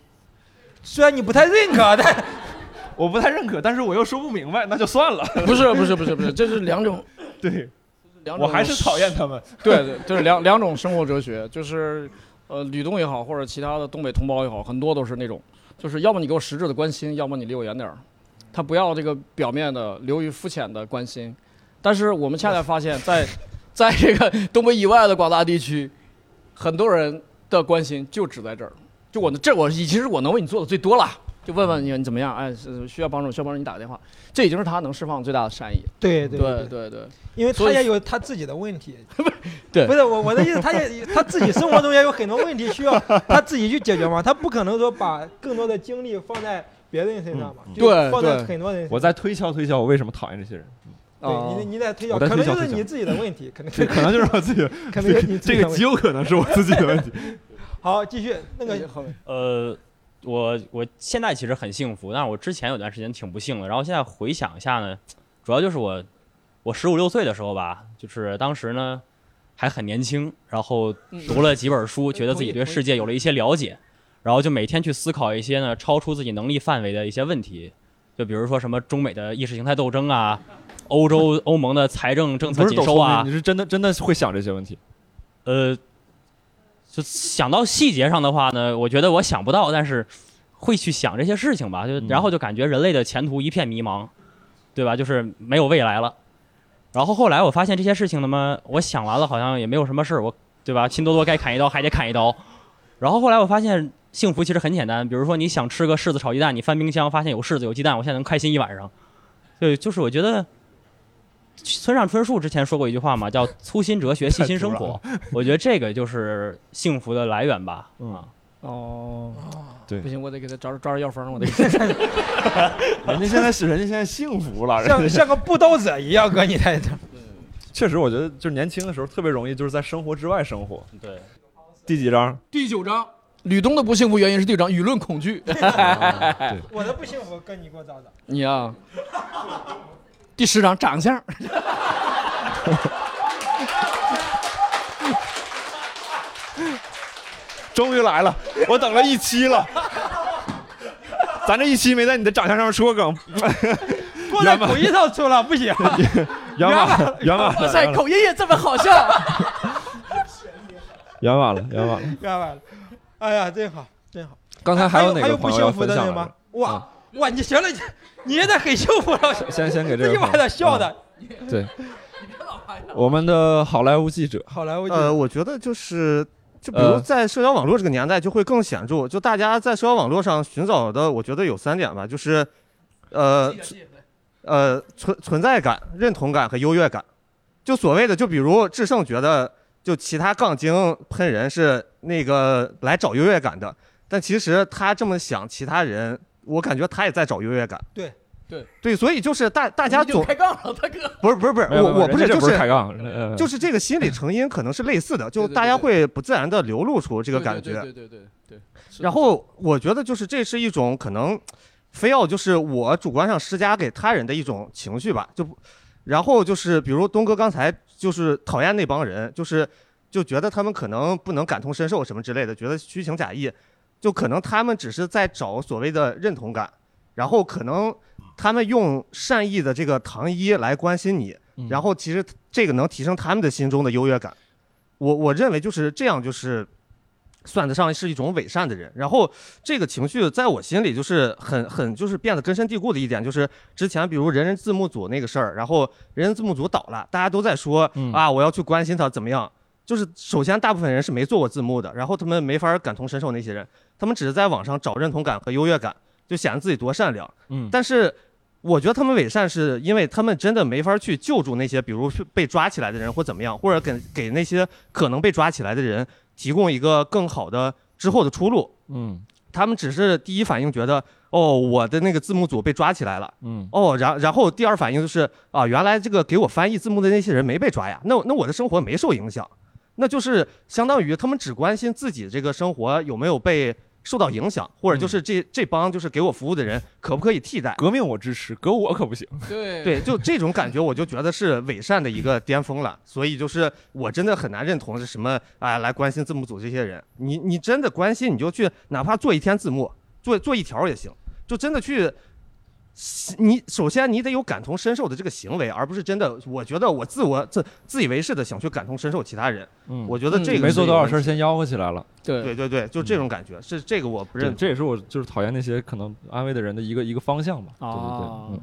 Speaker 1: 虽然你不太认可， 但
Speaker 2: 我不太认可，但是我又说不明白，那就算 了。
Speaker 4: 不是不是不是不是，这是两种，
Speaker 2: 对，
Speaker 4: 两
Speaker 2: 我
Speaker 4: 种
Speaker 2: 还是讨厌他们。
Speaker 4: 对对，就是两两种生活哲学，就是呃，吕东也好，或者其他的东北同胞也好，很多都是那种，就是要么你给我实质的关心，要么你离我远点儿。他不要这个表面的、流于肤浅的关心，但是我们恰恰发现 在，在这个东北以外的广大地区，很多人的关心就只在这儿。就我这我其实我能为你做的最多了，就问问你你怎么样，哎，是需要帮助需要帮助你打个电话，这已经是他能释放最大的善意。
Speaker 1: 对
Speaker 4: 对
Speaker 1: 对
Speaker 4: 对
Speaker 1: 对
Speaker 4: 对对，
Speaker 1: 因为
Speaker 4: 所
Speaker 1: 他
Speaker 4: 以
Speaker 1: 也有他自己的问题，
Speaker 4: 对
Speaker 1: 不是我我的意思，他也他自己生活中也 有很多问题需要他自己去解决嘛，他不可能说把更多的精力放在别人身上嘛，就
Speaker 2: 对
Speaker 1: 放在
Speaker 2: 嗯对
Speaker 1: 很多人身上。
Speaker 2: 我再推敲推敲，我为什么讨厌这些人？
Speaker 1: 对你，你得推销，
Speaker 3: 哦我在
Speaker 1: 可能
Speaker 3: 推销
Speaker 1: 就是
Speaker 3: 推销
Speaker 1: 你自己的问题，可能
Speaker 3: 对可能就是我自己
Speaker 1: 可能就是你自己
Speaker 3: 这
Speaker 1: 的
Speaker 3: 个
Speaker 1: 问题
Speaker 3: 极有可能是我自己的问题。
Speaker 1: 好，继续那个
Speaker 12: 呃，我我现在其实很幸福，但是我之前有段时间挺不幸的。然后现在回想一下呢，主要就是我我十五六岁的时候吧，就是当时呢还很年轻，然后读了几本书，觉得自己对世界有了一些了解，然后就每天去思考一些呢超出自己能力范围的一些问题，就比如说什么中美的意识形态斗争啊，欧洲欧盟的财政政策
Speaker 2: 不是
Speaker 12: 紧
Speaker 2: 抖
Speaker 12: 收
Speaker 2: 聪
Speaker 12: 啊
Speaker 2: 明，你是真的真的会想这些问题。
Speaker 12: 呃，就想到细节上的话呢，我觉得我想不到，但是会去想这些事情吧，就
Speaker 2: 嗯
Speaker 12: 然后就感觉人类的前途一片迷茫，对吧？就是没有未来了。然后后来我发现这些事情呢嘛，我想完了好像也没有什么事儿，我对吧？拼多多该砍一刀还得砍一刀。然后后来我发现幸福其实很简单，比如说你想吃个柿子炒鸡蛋，你翻冰箱发现有柿子有鸡蛋，我现在能开心一晚上。对，就是我觉得村上春树之前说过一句话嘛，叫“粗心哲学，细心生活”。我觉得这个就是幸福的来源吧。嗯，
Speaker 4: 哦，
Speaker 2: 对
Speaker 4: 不行，我得给他找找找药方，我 得给他。
Speaker 2: 人家现在是人家现在幸福了，
Speaker 4: 像像
Speaker 1: 个布道者一样，哥你在这。
Speaker 13: 嗯
Speaker 2: 确实，我觉得就是年轻的时候特别容易，就是在生活之外生活。
Speaker 12: 对，
Speaker 2: 第几章？
Speaker 4: 第九章，吕东的不幸福原因是第九章舆论 恐惧。
Speaker 3: 啊
Speaker 1: 我的不幸福跟你给我找 找。
Speaker 4: 你啊，第十章长 相。
Speaker 3: 终于来了，我等了一期 了。咱这一期没在你的长相上面出过梗，
Speaker 1: 过来口音上出了不行，
Speaker 3: 圆满了，圆满
Speaker 4: 哇
Speaker 3: 了，
Speaker 4: 塞，口音也这么好笑。
Speaker 2: 圆满了，圆满了。
Speaker 1: 明白了。哎呀，真好，真好。
Speaker 2: 刚才还
Speaker 1: 还
Speaker 2: 有哪
Speaker 1: 还
Speaker 2: 个
Speaker 1: 有不
Speaker 2: 朋友要
Speaker 1: 幸福
Speaker 2: 分
Speaker 1: 的
Speaker 2: 享
Speaker 1: 那
Speaker 2: 来
Speaker 1: 个吗
Speaker 2: 着？？
Speaker 1: 哇
Speaker 3: 嗯
Speaker 1: 哇，你行了，你你也得很幸福了。
Speaker 2: 先先给这
Speaker 1: 一
Speaker 2: 个朋友
Speaker 1: 晚上笑的。
Speaker 3: 嗯
Speaker 2: 对， 我们的好莱坞记者，呃
Speaker 1: 好莱坞记者
Speaker 13: 呃，我觉得就是，就比如在社交网络这个年代，就会更显著。就大家在社交网络上寻找的，我觉得有三点吧，就是，呃，呃，存存在感、认同感和优越感。就所谓的，就比如智胜觉得，就其他杠精喷人是那个来找优越感的，但其实他这么想，其他人，我感觉他也在找优越感。
Speaker 1: 对
Speaker 4: 对，
Speaker 13: 对，所以就是大大家总
Speaker 4: 开杠了，大哥。
Speaker 13: 不是不是不是，
Speaker 2: 没有没有
Speaker 13: 我我不是
Speaker 2: 人家
Speaker 13: 就
Speaker 2: 这不
Speaker 13: 是
Speaker 2: 是开杠呃
Speaker 13: 就是这个心理成因可能是类似的，就大家会不自然的流露出这个感觉。
Speaker 4: 对对对，
Speaker 13: 然后我觉得就是这是一种可能，非要就是我主观上施加给他人的一种情绪吧，就不，然后就是比如东哥刚才就是讨厌那帮人，就是就觉得他们可能不能感同身受什么之类的，觉得虚情假意，就可能他们只是在找所谓的认同感，然后可能他们用善意的这个糖衣来关心你，然后其实这个能提升他们的心中的优越感。我我认为就是这样，就是算得上是一种伪善的人。然后这个情绪在我心里就是很很就是变得根深蒂固的一点，就是之前比如人人字幕组那个事儿，然后人人字幕组倒了，大家都在说、啊我要去关心他怎么样。就是首先大部分人是没做过字幕的，然后他们没法感同身受那些人，他们只是在网上找认同感和优越感，就显得自己多善良。
Speaker 2: 嗯
Speaker 13: 但是。我觉得他们伪善是因为他们真的没法去救助那些，比如是被抓起来的人或怎么样，或者给给那些可能被抓起来的人提供一个更好的之后的出路。
Speaker 2: 嗯
Speaker 13: 他们只是第一反应觉得，哦，我的那个字幕组被抓起来了，
Speaker 2: 嗯
Speaker 13: 哦，然然后第二反应就是啊，原来这个给我翻译字幕的那些人没被抓呀，那那我的生活没受影响，那就是相当于他们只关心自己这个生活有没有被受到影响，或者就是这、这帮就是给我服务的人可不可以替代？
Speaker 2: 嗯革命我支持，革我可不行。
Speaker 4: 对
Speaker 13: 对，就这种感觉，我就觉得是伪善的一个巅峰了。所以就是我真的很难认同是什么啊、来关心字幕组这些人。你你真的关心，你就去哪怕做一天字幕，做做一条也行，就真的去。你首先你得有感同身受的这个行为，而不是真的，我觉得我自我自自以为是的想去感同身受其他人。
Speaker 2: 嗯
Speaker 13: 我觉得这个
Speaker 2: 没
Speaker 13: 是
Speaker 2: 做
Speaker 13: 一
Speaker 2: 多
Speaker 13: 个
Speaker 2: 少
Speaker 13: 问
Speaker 2: 事儿，
Speaker 13: 题
Speaker 2: 先吆喝起来了。
Speaker 4: 对
Speaker 13: 对对对，就这种感觉、是这个我不
Speaker 2: 对，
Speaker 13: 认。
Speaker 2: 这也是我就是讨厌那些可能安慰的人的一个一个方向吧。
Speaker 4: 啊
Speaker 2: 对对对，嗯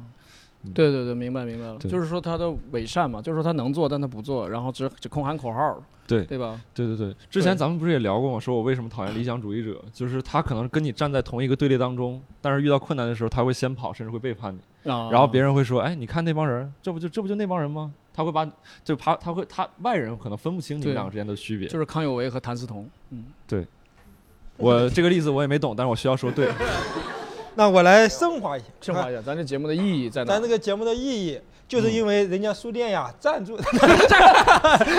Speaker 4: 对对对，明白明白了，
Speaker 2: 对
Speaker 4: 就是说他的伪善嘛，就是说他能做，但他不做，然后只只空喊口号，
Speaker 2: 对
Speaker 4: 对吧？
Speaker 2: 对对对，之前咱们不是也聊过吗？说我为什么讨厌理想主义者，就是他可能跟你站在同一个队列当中，但是遇到困难的时候，他会先跑，甚至会背叛你。
Speaker 4: 啊
Speaker 2: 然后别人会说：“哎，你看那帮人，这不就这不就那帮人吗？”他会把就他他会他外人可能分不清你们
Speaker 4: 对啊
Speaker 2: 两个之间的区别。
Speaker 4: 就是康有为和谭嗣同，嗯，
Speaker 2: 对，我这个例子我也没懂，但是我需要说对。
Speaker 1: 那我来升华一下，啊
Speaker 4: 升华一下咱这节目的意义在哪？嗯
Speaker 1: 咱这个节目的意义，就是因为人家书店呀 赞助，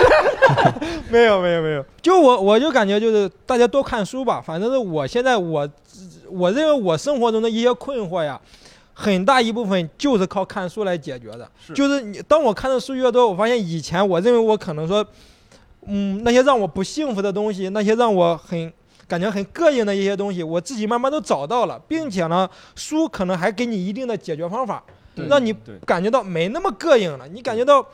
Speaker 1: 没有没有没有，就我我就感觉就是大家多看书吧，反正是我现在我我认为我生活中的一些困惑呀，很大一部分就是靠看书来解决的，
Speaker 2: 是
Speaker 1: 就是你当我看的书越多，我发现以前我认为我可能说，嗯，那些让我不幸福的东西，那些让我很。感觉很膈应的一些东西，我自己慢慢都找到了，并且呢，书可能还给你一定的解决方法，
Speaker 2: 对
Speaker 1: 让你
Speaker 2: 对
Speaker 1: 感觉到没那么膈应了。你感觉到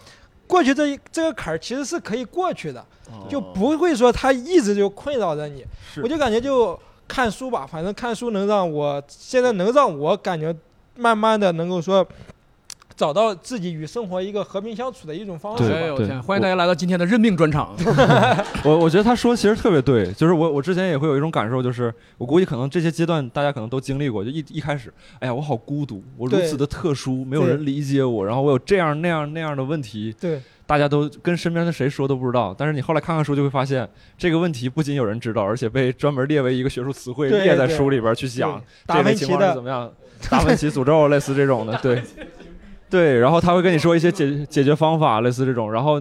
Speaker 1: 过去这一这个坎儿其实是可以过去的，就不会说它一直就困扰着你。
Speaker 2: 哦是
Speaker 1: 我就感觉就看书吧，反正看书能让我现在能让我感觉慢慢的能够说。找到自己与生活一个和平相处的一种方式
Speaker 4: 哎呦我
Speaker 1: 吧。
Speaker 4: 天！欢迎大家来到今天的任命专场。
Speaker 2: 我我觉得他说其实特别对，就是我我之前也会有一种感受，就是我估计可能这些阶段大家可能都经历过，就一一开始，哎呀，我好孤独，我如
Speaker 1: 对
Speaker 2: 此的特殊，没有
Speaker 1: 对
Speaker 2: 人理解我，然后我有这样那样那样的问题，
Speaker 1: 对，
Speaker 2: 大家都跟身边的谁说都不知道，但是你后来看看书就会发现，这个问题不仅有人知道，而且被专门列为一个学术词汇
Speaker 1: 对
Speaker 2: 列在
Speaker 1: 对
Speaker 2: 书里边去讲
Speaker 1: 对，达
Speaker 2: 这类
Speaker 1: 芬
Speaker 2: 情
Speaker 1: 奇
Speaker 2: 况是
Speaker 1: 的
Speaker 2: 怎么样，达芬奇诅咒类似这种 的，对。对，然后他会跟你说一些解解决方法，类似这种。然后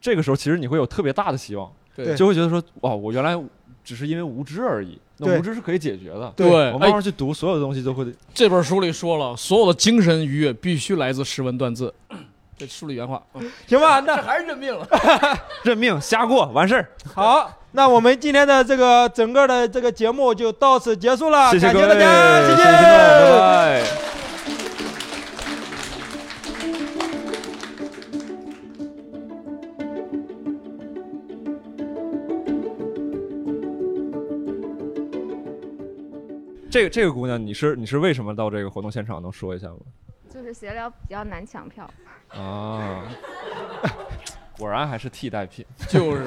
Speaker 2: 这个时候，其实你会有特别大的希望，
Speaker 1: 对
Speaker 2: 就会觉得说，哇，我原来只是因为无知而已，那
Speaker 4: 对
Speaker 2: 无知是可以解决的。
Speaker 4: 对
Speaker 2: 我慢慢
Speaker 4: 哎
Speaker 2: 去读，所有的东西都会。
Speaker 4: 这本书里说了，所有的精神愉悦必须来自识文断字，这书里原话。嗯
Speaker 1: 行吧，那
Speaker 4: 还是认 命了。
Speaker 2: 认命，瞎过，完事儿。
Speaker 1: 好，那我们今天的这个整个的这个节目就到此结束了，
Speaker 2: 谢谢
Speaker 1: 啊感
Speaker 2: 各
Speaker 1: 谢
Speaker 2: 位，
Speaker 1: 大家，
Speaker 2: 谢
Speaker 1: 谢
Speaker 2: 谢听众，拜拜。这个这个姑娘，你是你是为什么到这个活动现场？能说一下吗？
Speaker 5: 就是闲聊比较难抢票。
Speaker 2: 啊， 果然还是替代 品，
Speaker 4: 就是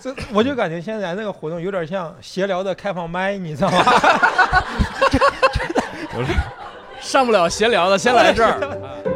Speaker 1: 这我就感觉现在这个活动有点像闲聊的开放麦，你知 道吗？
Speaker 4: 上不了闲聊的，先来这儿。